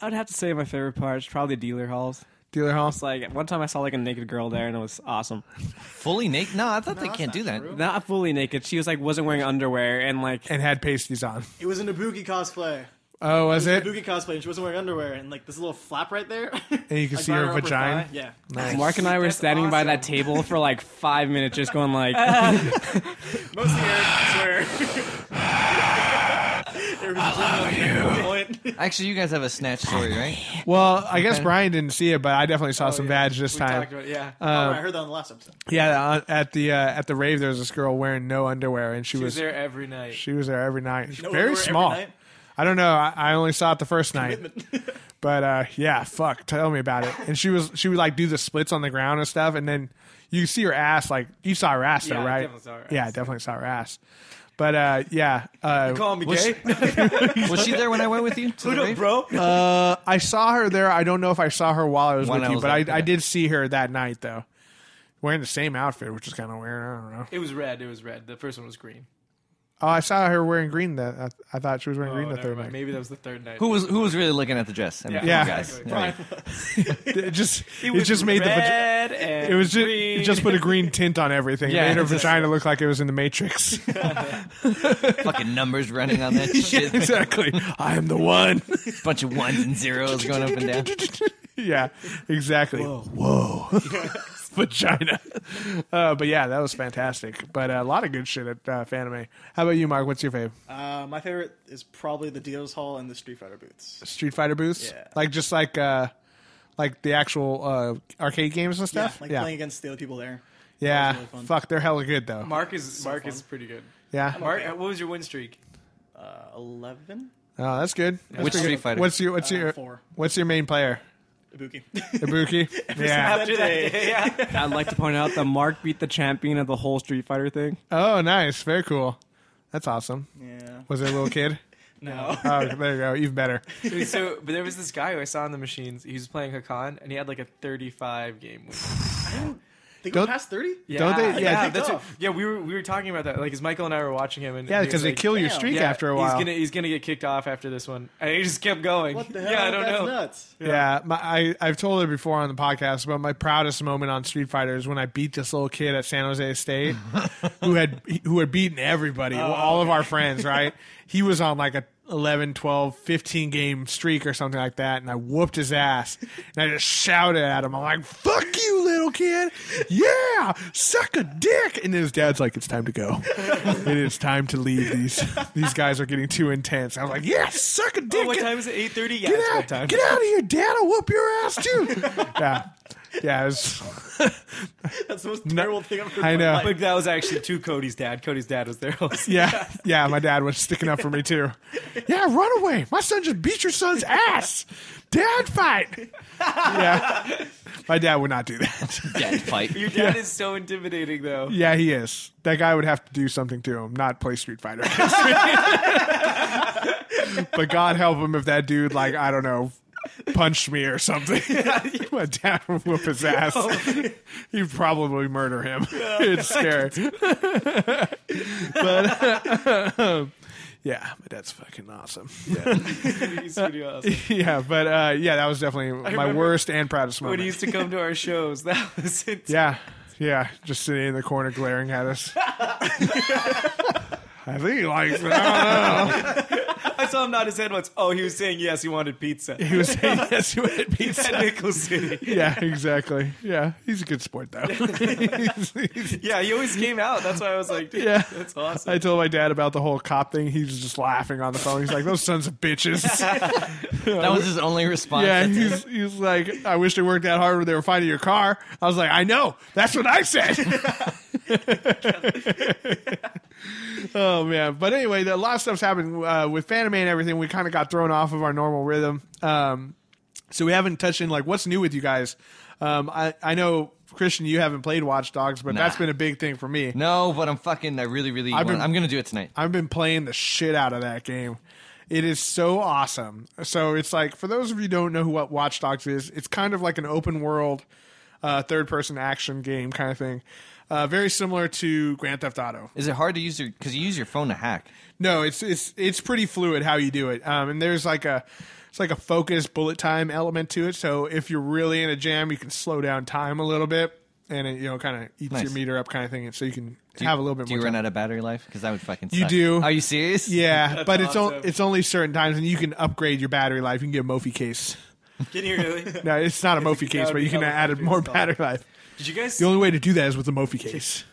S2: I'd have to say my favorite part is probably dealer halls.
S1: Dealer Hall?
S2: It's like one time I saw like a naked girl there and it was awesome.
S3: Fully naked? No, I thought they can't do that.
S2: Not fully naked. She was like wasn't wearing underwear and like
S1: And had pasties on.
S5: It was an Ibuki cosplay.
S1: Oh, was it?
S5: Ibuki cosplay, and she wasn't wearing underwear, and like this little flap right there.
S1: And you can
S5: Like,
S1: see
S5: by
S1: her
S5: upper
S1: vagina.
S5: thigh. Yeah.
S2: Mark and I were
S8: That's
S2: standing by that
S8: awesome.
S2: table for like five minutes, just going like,
S5: Mostly Eric, I swear. There was a gym on that
S1: Uh,
S5: point.
S3: Actually, you guys have a snatch story, right?
S1: Well, I guess Brian didn't see it, but I definitely saw some
S8: Oh, yeah.
S1: vag this
S8: We
S1: time.
S8: talked about it, yeah.
S5: Oh, I heard that on the last episode.
S1: yeah, on- at the uh, at the rave, there was this girl wearing no underwear, and she,
S8: she
S1: was
S8: was there every night.
S1: she was there every night. She's
S5: No underwear
S1: Very
S5: every
S1: small.
S5: night?
S1: I don't know. I, I only saw it the first night, but uh, yeah, fuck. Tell me about it. And she was she would like do the splits on the ground and stuff, and then you see her ass. Like you saw her ass
S8: Yeah,
S1: though,
S8: I
S1: right?
S8: definitely saw her
S1: Yeah, I
S8: ass.
S1: definitely saw her ass. But uh, yeah, uh,
S8: Call me
S3: Was
S8: gay.
S3: Was she there when I went with you? To the rave?
S8: bro.
S1: Uh, I saw her there. I don't know if I saw her while I was
S3: When
S1: with
S3: I
S1: you,
S3: was
S1: but
S3: there,
S1: I, I
S3: yeah.
S1: did see her that night though, wearing the same outfit, which is kind of weird. I don't know.
S8: It was red. It was red. The first one was green.
S1: Oh, I saw her wearing green. That I, I thought she was wearing green
S8: Oh,
S1: the
S8: never
S1: third
S8: mind.
S1: night.
S8: Maybe that was the third night.
S3: Who was who was really looking at the dress? I mean,
S8: Yeah.
S3: come on,
S1: Yeah.
S3: guys.
S1: It just
S8: It,
S1: it,
S8: was
S1: just made the vagi-
S8: red and
S1: it was just
S8: green.
S1: it just put a green tint on everything.
S3: Yeah,
S1: it made her
S3: exactly.
S1: vagina look like it was in the Matrix.
S3: Fucking numbers running on that shit.
S1: exactly. I am the one.
S3: Bunch of ones and zeros going up and down.
S1: yeah, exactly. Whoa, vagina. Uh, but yeah, that was fantastic. But uh, a lot of good shit at uh, Fanime. How about you, Mark? What's your fave?
S5: Uh, my favorite is probably the dealers hall and the Street Fighter booths.
S1: Street Fighter booths?
S5: Yeah.
S1: Like just like uh like the actual uh, arcade games and
S5: Yeah,
S1: stuff.
S5: like
S1: yeah,
S5: playing against the other people there.
S1: yeah.
S5: really fun.
S1: Fuck, they're hella good though.
S8: Mark is Mark is pretty good.
S1: yeah,
S8: Mark, what was your win streak?
S5: Uh, Eleven,
S1: oh, that's good.
S3: Which Street Fighter?
S1: What's your what's your
S5: Uh, four.
S1: what's your main player?
S5: Ibuki.
S1: Ibuki. yeah.
S8: After that day, yeah.
S2: I'd like to point out that Mark beat the champion of the whole Street Fighter thing.
S1: Oh, nice. Very cool. That's awesome.
S5: yeah.
S1: Was it a little kid?
S5: No.
S1: Oh, there you go. Even better.
S8: Dude, so, but there was this guy who I saw on the machines. He was playing Hakan, and he had like a 35 game win.
S5: They go
S1: Don't-
S5: past thirty.
S8: Yeah,
S1: Don't they- yeah,
S8: yeah,
S5: they
S8: that's
S5: go.
S8: what- yeah. We were we were talking about that. Like, as Michael and I were watching him, and
S1: Yeah,
S8: and he
S1: because
S8: was
S1: they
S8: like,
S1: kill your
S5: damn.
S1: streak
S8: yeah,
S1: after a while.
S8: He's gonna he's gonna get kicked off after this one, and he just kept going.
S5: What the hell?
S8: Yeah, I don't
S5: That's
S8: know.
S5: nuts.
S1: Yeah, my, I, I've told it before on the podcast, but my proudest moment on Street Fighter is when I beat this little kid at San Jose State who had who had beaten everybody,
S8: Oh.
S1: all of our friends, right? he was on like a 11, 12, 15 game streak or something like that, and I whooped his ass. And I just shouted at him. I'm like, fuck you, little kid. Yeah, suck a dick. And his dad's like, it's time to go. it is time to leave. These these guys are getting too intense. I was like, yeah, suck a dick.
S8: Oh, what time is it? 8:30. Yeah,
S1: Get
S8: it's
S1: out,
S8: bedtime.
S1: get out of here, Dad! I'll whoop your ass too. yeah, yeah. It was,
S5: That's the most terrible thing I've heard.
S1: I
S5: in my
S1: know.
S5: life.
S8: Like that was actually to Cody's dad. Cody's dad was there. Also.
S1: yeah, yeah. My dad was sticking up for me too. Yeah, run away! My son just beat your son's ass. Dad, fight. Yeah, my dad would not do that.
S3: Dad fight.
S8: Your dad is so intimidating, though.
S1: Yeah, he is. That guy would have to do something to him, not play Street Fighter. but God help him if that dude, like, I don't know, punched me or something. My dad would whoop his ass.
S8: Oh.
S1: He'd probably murder him. it's scary. but yeah, my dad's fucking awesome. Yeah,
S8: He's pretty awesome.
S1: yeah but uh, yeah, that was definitely my
S8: remember
S1: worst and proudest
S8: When
S1: moment.
S8: he used to come to our shows, that was it.
S1: Yeah, yeah, just sitting in the corner glaring at us. I think he likes it. I don't know.
S8: I saw him nod his head once. Oh, he was saying yes, he wanted pizza.
S1: He was saying yes, you had pizza.
S8: At Nickel City.
S1: Yeah, exactly. Yeah, he's a good sport though. He's- he's-
S8: Yeah, he always came out. That's why I was like, dude,
S1: yeah.
S8: that's awesome.
S1: I told my dad about the whole cop thing. He was just laughing on the phone. He's like, "Those sons of bitches."
S3: That was his only response.
S1: Yeah,
S3: That's it.
S1: he's, he's like, "I wish they worked that hard when they were finding your car." I was like, "I know. That's what I said." Oh man! But anyway, the, a lot of stuff's happened uh, with Fanime and everything. We kind of got thrown off of our normal rhythm, um, so we haven't touched in like what's new with you guys. Um, I I know Christian, you haven't played Watch Dogs, but that's been a big thing for me.
S3: No, but I'm fucking. I really, really.
S1: I've
S3: want,
S1: been-
S3: I'm gonna do it tonight.
S1: I've been playing the shit out of that game. It is so awesome. So it's like for those of you who don't know who what Watch Dogs is, it's kind of like an open world, uh, third person action game kind of thing. Uh, very similar to Grand Theft Auto.
S3: Is it hard to use your? Because you use your phone to hack.
S1: No, it's it's it's pretty fluid how you do it. Um, and there's like a it's like a focused bullet time element to it. So if you're really in a jam, you can slow down time a little bit, and it you know kind of eats
S3: Nice.
S1: your meter up kind of thing. And so you can
S3: Do you-
S1: have a little bit
S3: Do
S1: more.
S3: you run
S1: time.
S3: out of battery life? Because that would fucking.
S1: You
S3: suck.
S1: do.
S3: Are you serious?
S1: Yeah, but it's on,
S8: awesome.
S1: it's only certain times, and you can upgrade your battery life. You can get a Mophie case.
S8: Get here, really? Did
S1: No, it's not a Mophie case,
S8: would
S1: but
S8: be
S1: you can
S8: hella
S1: add
S8: fun to
S1: more
S8: install.
S1: battery life.
S8: you guys?
S1: The only way to do that is with a Mophie case.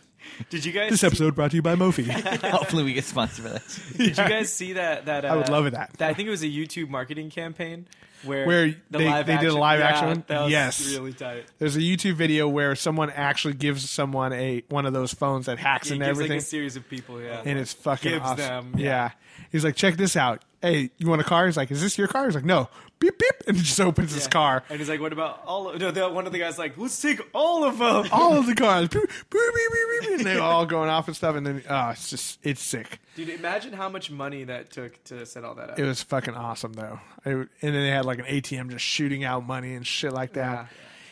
S8: Did you guys?
S1: This episode brought to you by Mophie.
S3: Hopefully, we get sponsored by that.
S8: Did you guys see that? That uh,
S1: I would love that.
S8: I think it was a YouTube marketing campaign where
S1: Where
S8: the
S1: they-
S8: live
S1: they did a
S8: action,
S1: live
S8: yeah,
S1: action one?
S8: That was
S1: Yes.
S8: really tight.
S1: There's a YouTube video where someone actually gives someone a one of those phones that hacks
S8: He
S1: and
S8: gives
S1: everything.
S8: like a series of people. Yeah,
S1: and it's fucking
S8: Gives
S1: awesome.
S8: them,
S1: yeah.
S8: yeah.
S1: he's like, check this out. Hey, you want a car? He's like, is this your car? He's like, no. Beep beep, and he just opens his
S8: Yeah.
S1: car.
S8: And he's like, "What about all?" Of, no, the, one of the guys like, "Let's take all of them."
S1: All of the cars, Beep, beep, beep, beep, beep, and they're all going off and stuff. And then, oh, it's just it's sick.
S8: Dude, imagine how much money that took to set all that up.
S1: It was fucking awesome though. It, and then they had like an ATM just shooting out money and shit like that.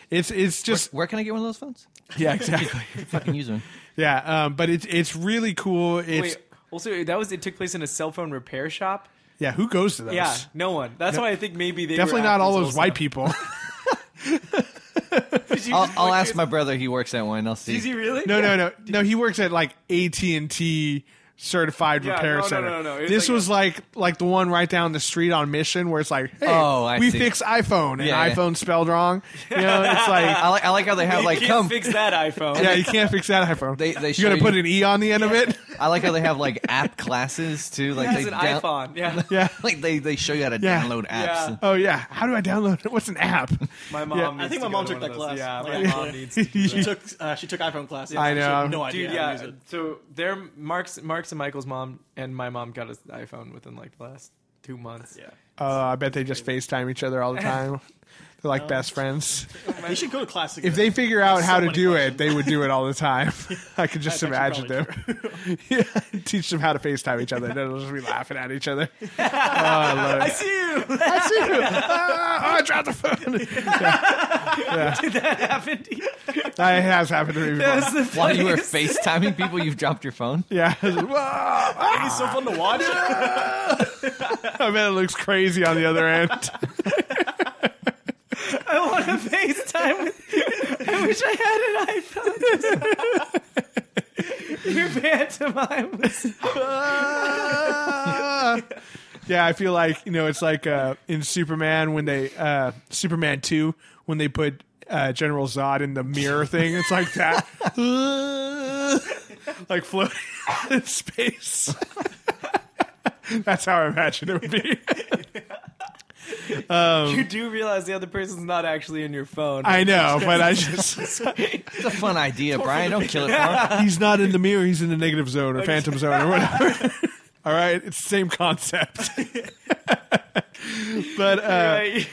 S1: It's it's just
S3: Where can I get one of those phones?
S1: yeah exactly
S3: Fucking use one.
S1: yeah. Um, but it's it's really cool. It's
S8: Wait, also that was it took place in a cell phone repair shop.
S1: yeah. Who goes to those?
S8: Yeah, no one. That's why I think maybe they
S1: Definitely
S8: were
S1: not all
S8: after
S1: those
S8: Zolsa.
S1: white people.
S3: I'll, I'll ask my brother. He works at one. I'll see.
S8: Is he really?
S1: No, no, no, no. He works at like AT and T certified
S8: Yeah,
S1: repair
S8: no, no,
S1: center.
S8: no, no. It was
S1: This
S8: like a-
S1: was like like the one right down the street on Mission, where it's like, hey,
S3: Oh, I
S1: we
S3: see.
S1: fix iPhone, and
S3: Yeah, yeah.
S1: iPhone spelled wrong. You know, it's like,
S3: I like. I like how they have
S8: You
S3: like
S8: can't
S3: come.
S8: fix that iPhone.
S1: yeah, you can't fix that iPhone.
S3: They- they
S1: you gonna
S3: show
S1: put
S3: you-
S1: an E on the end of it.
S3: I like how they have like app classes too. Like
S8: It's
S3: they
S8: an
S3: down-
S8: iPhone. Yeah.
S1: Yeah.
S3: Like they, they show you how to
S1: Yeah.
S3: download apps.
S8: Yeah.
S1: Oh yeah. How do I download it? What's an app?
S8: My mom.
S1: Yeah. I
S8: Needs
S5: think
S8: to
S5: my
S8: go
S5: mom
S8: to
S5: took
S8: one of
S5: that class.
S8: those. Yeah,
S5: Yeah.
S8: my mom needs. To do
S5: She
S8: that.
S5: took uh, she took iPhone classes.
S1: I
S5: and She
S1: know.
S5: had no idea.
S8: Dude,
S5: how to
S8: yeah.
S5: use it.
S8: So their Mark's, Mark's and Michael's mom and my mom got an iPhone within like the last two months.
S5: Yeah.
S1: Oh, I bet they just FaceTime each other all the time. They're like best friends.
S5: They should go to class together.
S1: If they figure out how to
S5: many
S1: do it, they would do it all the time. I could just
S5: That's
S1: imagine
S5: actually
S1: them. yeah, teach them how to FaceTime each other. They'll just be laughing at each other. Oh, I love it.
S8: See you.
S1: I see you. Ah, oh, I dropped the phone.
S8: that happened. to you?
S1: That has happened to me before.
S8: That's the
S3: While you were
S8: funniest-
S3: FaceTiming people, you've dropped your phone.
S1: Yeah. Whoa. Ah,
S5: It's so fun to watch.
S1: I bet it looks crazy on the other end.
S8: I want to FaceTime. With I wish I had an iPhone. Just- Your pantomime was
S1: yeah, I feel like you know it's like uh, in Superman when they uh, Superman two when they put uh, General Zod in the mirror thing. It's like that, like floating in space. That's how I imagine it would be.
S8: you do realize the other person's not actually in your phone.
S1: I uh, know, but I just—he's
S3: It's a fun idea, Brian. Don't kill it. Brian.
S1: not in the mirror. He's in the negative zone or phantom zone or whatever. All right, it's the same concept. but uh,
S8: Right?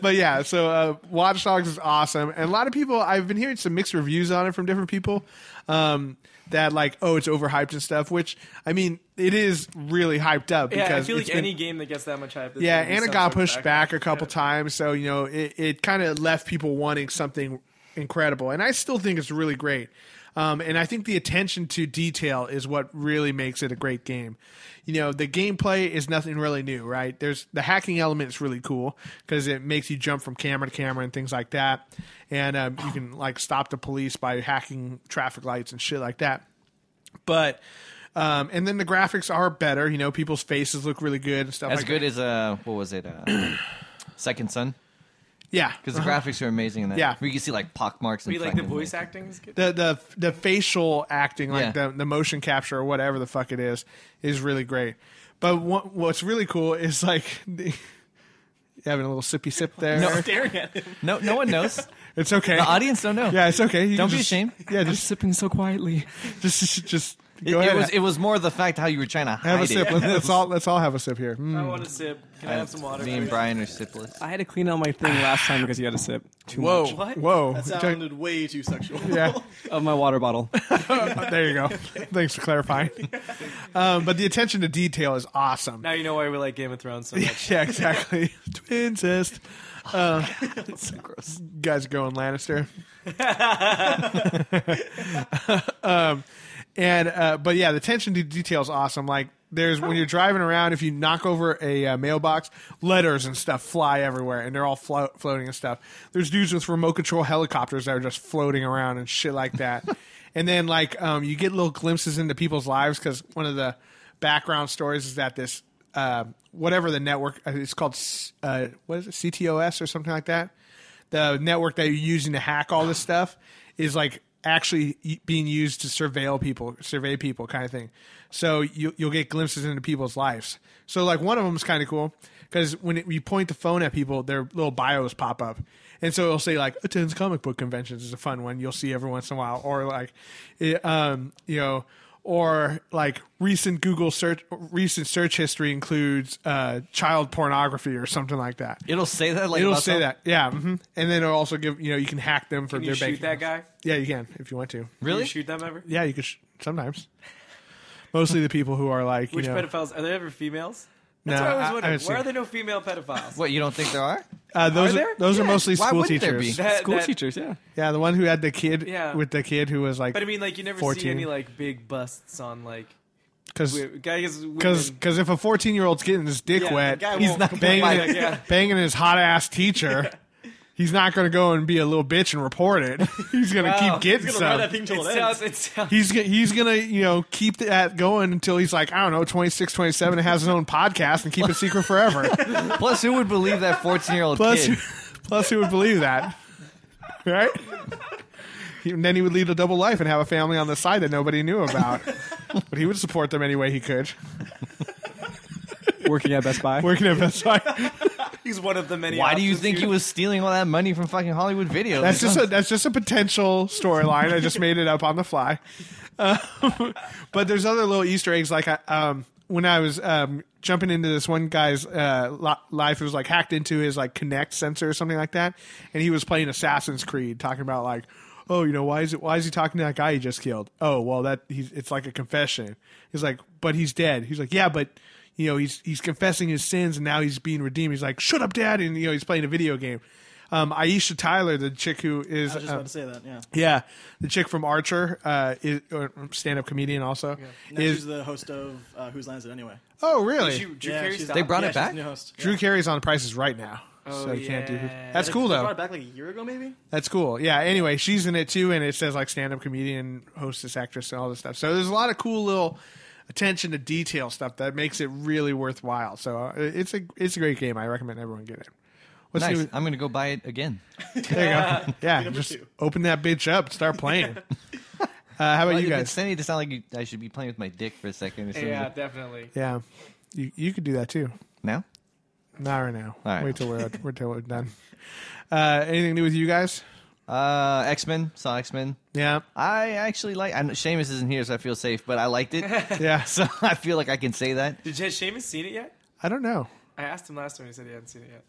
S1: but yeah, so uh, Watch Dogs is awesome, and a lot of people. I've been hearing some mixed reviews on it from different people. Um, that like, oh, it's overhyped and stuff. Which I mean, it is really hyped up.
S8: yeah, I
S1: because
S8: feel like
S1: it's been-
S8: any game that gets that much hype. there's
S1: yeah,
S8: gonna be
S1: and it
S8: some
S1: got
S8: sort of
S1: pushed back a couple times, so you know it, it kind of left people wanting something incredible, and I still think it's really great. Um, and I think the attention to detail is what really makes it a great game. You know, the gameplay is nothing really new, right? There's the hacking element is really cool because it makes you jump from camera to camera and things like that, and um, you can like stop the police by hacking traffic lights and shit like that but um, and then the graphics are better. You know, people's faces look really good and stuff.
S3: As
S1: like
S3: good
S1: that.
S3: as uh, what was it? Uh, Second Son,
S1: yeah,
S3: because the graphics are amazing in that.
S1: Uh-huh. Yeah.
S3: where you can see like pock marks and
S8: Be like the
S3: fucking,
S8: voice acting is good.
S1: the the the facial acting, like
S3: Yeah.
S1: the the motion capture or whatever the fuck it is, is really great. But what, what's really cool is like the, having a little sippy sip there.
S5: Staring at him.
S3: No, no one knows.
S1: It's okay.
S3: The audience don't know.
S1: Yeah, it's okay. You
S3: Don't
S1: can
S3: be
S1: just-
S3: ashamed.
S1: Yeah,
S2: I'm
S1: just
S2: sipping so quietly.
S1: just just, just
S3: It,
S1: go
S3: it
S1: ahead.
S3: was it was more the fact how you were trying to hide
S1: have a
S3: it.
S1: sip. Let's, let's all let's all have a sip here. Mm.
S8: I want to sip. Can I have some water?
S3: Me and
S8: please?
S3: Brian are sipless.
S2: I had to clean out my thing last time because you had a sip too much
S8: What?
S1: Whoa!
S5: That sounded way too sexual.
S1: yeah. Uh,
S2: of my water bottle.
S1: there you go. Thanks for clarifying. Um, but the attention to detail is awesome.
S8: Now you know why we like Game of Thrones so much.
S1: Yeah, exactly. Twincest.
S3: Oh, so gross.
S1: Guys going Lannister. um, and uh, but yeah, the attention to detail is awesome. Like there's when you're driving around, if you knock over a uh, mailbox, letters and stuff fly everywhere, and they're all flo- floating and stuff. There's dudes with remote control helicopters that are just floating around and shit like that. and then like um, you get little glimpses into people's lives because one of the background stories is that this uh, whatever the network uh, it's called C- uh, what is it CTOS or something like that the network that you're using to hack all this stuff is like actually y- being used to surveil people, survey people, kind of thing. So you, you'll get glimpses into people's lives. So like one of them is kind of cool because when it, you point the phone at people, their little bios pop up, and so it'll say like attends comic book conventions is a fun one you'll see every once in a while, or like, it, um, you know. Or like recent Google search, recent search history includes uh, child pornography or something like that.
S3: It'll say that. Like
S1: It'll
S3: about
S1: say
S3: some-
S1: that, yeah. hmm And then it'll also give you know you can hack them for
S8: Can
S1: their
S8: you
S1: bank.
S8: shoot that
S1: accounts.
S8: guy?
S1: Yeah, you can if you want to.
S8: Can you
S3: Really?
S8: shoot them ever?
S1: Yeah, you could sh- sometimes. Mostly the people who are like you
S8: Which
S1: know,
S8: pedophiles? Are there ever females? That's
S1: No,
S8: what I
S1: I- I
S8: was wondering.
S1: haven't
S8: Why
S1: seen-
S8: are there no female pedophiles?
S3: What you don't think there are?
S1: uh, those
S8: Are there?
S1: those are
S8: Yeah.
S1: mostly
S3: Why
S1: school
S3: wouldn't there
S1: teachers.
S3: be?
S8: That-
S2: School
S8: that-
S2: teachers, yeah.
S1: Yeah, the one who had the kid
S8: Yeah.
S1: with the kid who was like
S8: But I mean, like you never see
S1: 14.
S8: any like big busts on like
S1: because
S8: wi- guys.
S1: because
S8: women.
S1: if a fourteen year old's getting his dick
S8: Yeah, the
S1: wet,
S8: guy
S1: he's
S8: won't
S1: not
S8: complain.
S1: banging,
S8: Yeah, yeah.
S1: banging his hot ass teacher. He's not going to go and be a little bitch and report it. He's going to
S8: Wow.
S1: keep getting
S5: He's gonna run
S1: some.
S5: that thing till
S8: it
S5: it, ends.
S8: sounds, it sounds
S1: he's gonna, he's gonna you know keep that going until he's like I don't know 26, 27 and has his own podcast and keep it secret forever.
S3: Plus, who would believe that fourteen-year-old
S1: plus,
S3: kid?
S1: plus who would believe that, right? He- And then he would lead a double life and have a family on the side that nobody knew about. but he would support them any way he could.
S2: Working at Best Buy.
S1: Working at Best Buy.
S8: He's one of the many.
S3: Why do you
S8: options
S3: think he was stealing all that money from fucking Hollywood Video?
S1: That's just a that's just a potential storyline. I just made it up on the fly. Um, but there's other little Easter eggs like I, um, when I was um, jumping into this one guy's uh, li- life, it was like hacked into his like Connect sensor or something like that, and he was playing Assassin's Creed, talking about like, oh, you know, why is it? Why is he talking to that guy he just killed? Oh, well, that he's it's like a confession. He's like, but he's dead. He's like, yeah, but. You know he's he's confessing his sins and now he's being redeemed. He's like, "Shut up, Dad!" And you know he's playing a video game. Um, Aisha Tyler, the chick who is
S5: I was just
S1: uh,
S5: about to say that. Yeah,
S1: yeah, the chick from Archer uh, is or stand-up comedian also.
S5: now
S1: Is
S5: she's the host of uh, Whose Lines It Anyway.
S1: oh
S8: Drew-
S1: really?
S8: Drew
S5: Yeah,
S8: Carey
S5: she's-
S8: stopped.
S3: they brought
S5: yeah,
S3: it
S5: she's
S3: back.
S5: the new host. Yeah.
S1: Drew Carey's on Prices Right now, so
S8: Oh,
S1: you can't do.
S8: yeah.
S1: That's
S5: They-
S1: cool
S5: they
S1: though.
S5: Brought it back like a year ago, maybe.
S1: That's cool. Yeah. Anyway, she's in it too, and it says like stand-up comedian, hostess, actress, and all this stuff. So there's a lot of cool little attention to detail stuff that makes it really worthwhile. So uh, it's a it's a great game. I recommend everyone get it. What's
S3: nice.
S1: the-
S3: I'm gonna go buy it again.
S1: there you go. Yeah,
S5: Number
S1: just
S5: two.
S1: open that bitch up, start playing. Uh, how about
S3: Well,
S1: you
S3: you've been
S1: guys?
S3: sending it to sound like you, I should be playing with my dick for a second. Or something.
S8: Yeah, definitely.
S1: Yeah, you you could do that too.
S3: Now,
S1: Not right now.
S3: All right.
S1: Wait till we're we're till we're done. Uh, anything new with you guys?
S3: uh, X Men saw X Men.
S1: Yeah,
S3: I actually like. I know Seamus isn't here, so I feel safe. But I liked it,
S1: yeah.
S3: so I feel like I can say that.
S8: Did has Seamus seen it yet?
S1: I don't know.
S8: I asked him last time. He said he hadn't seen it yet.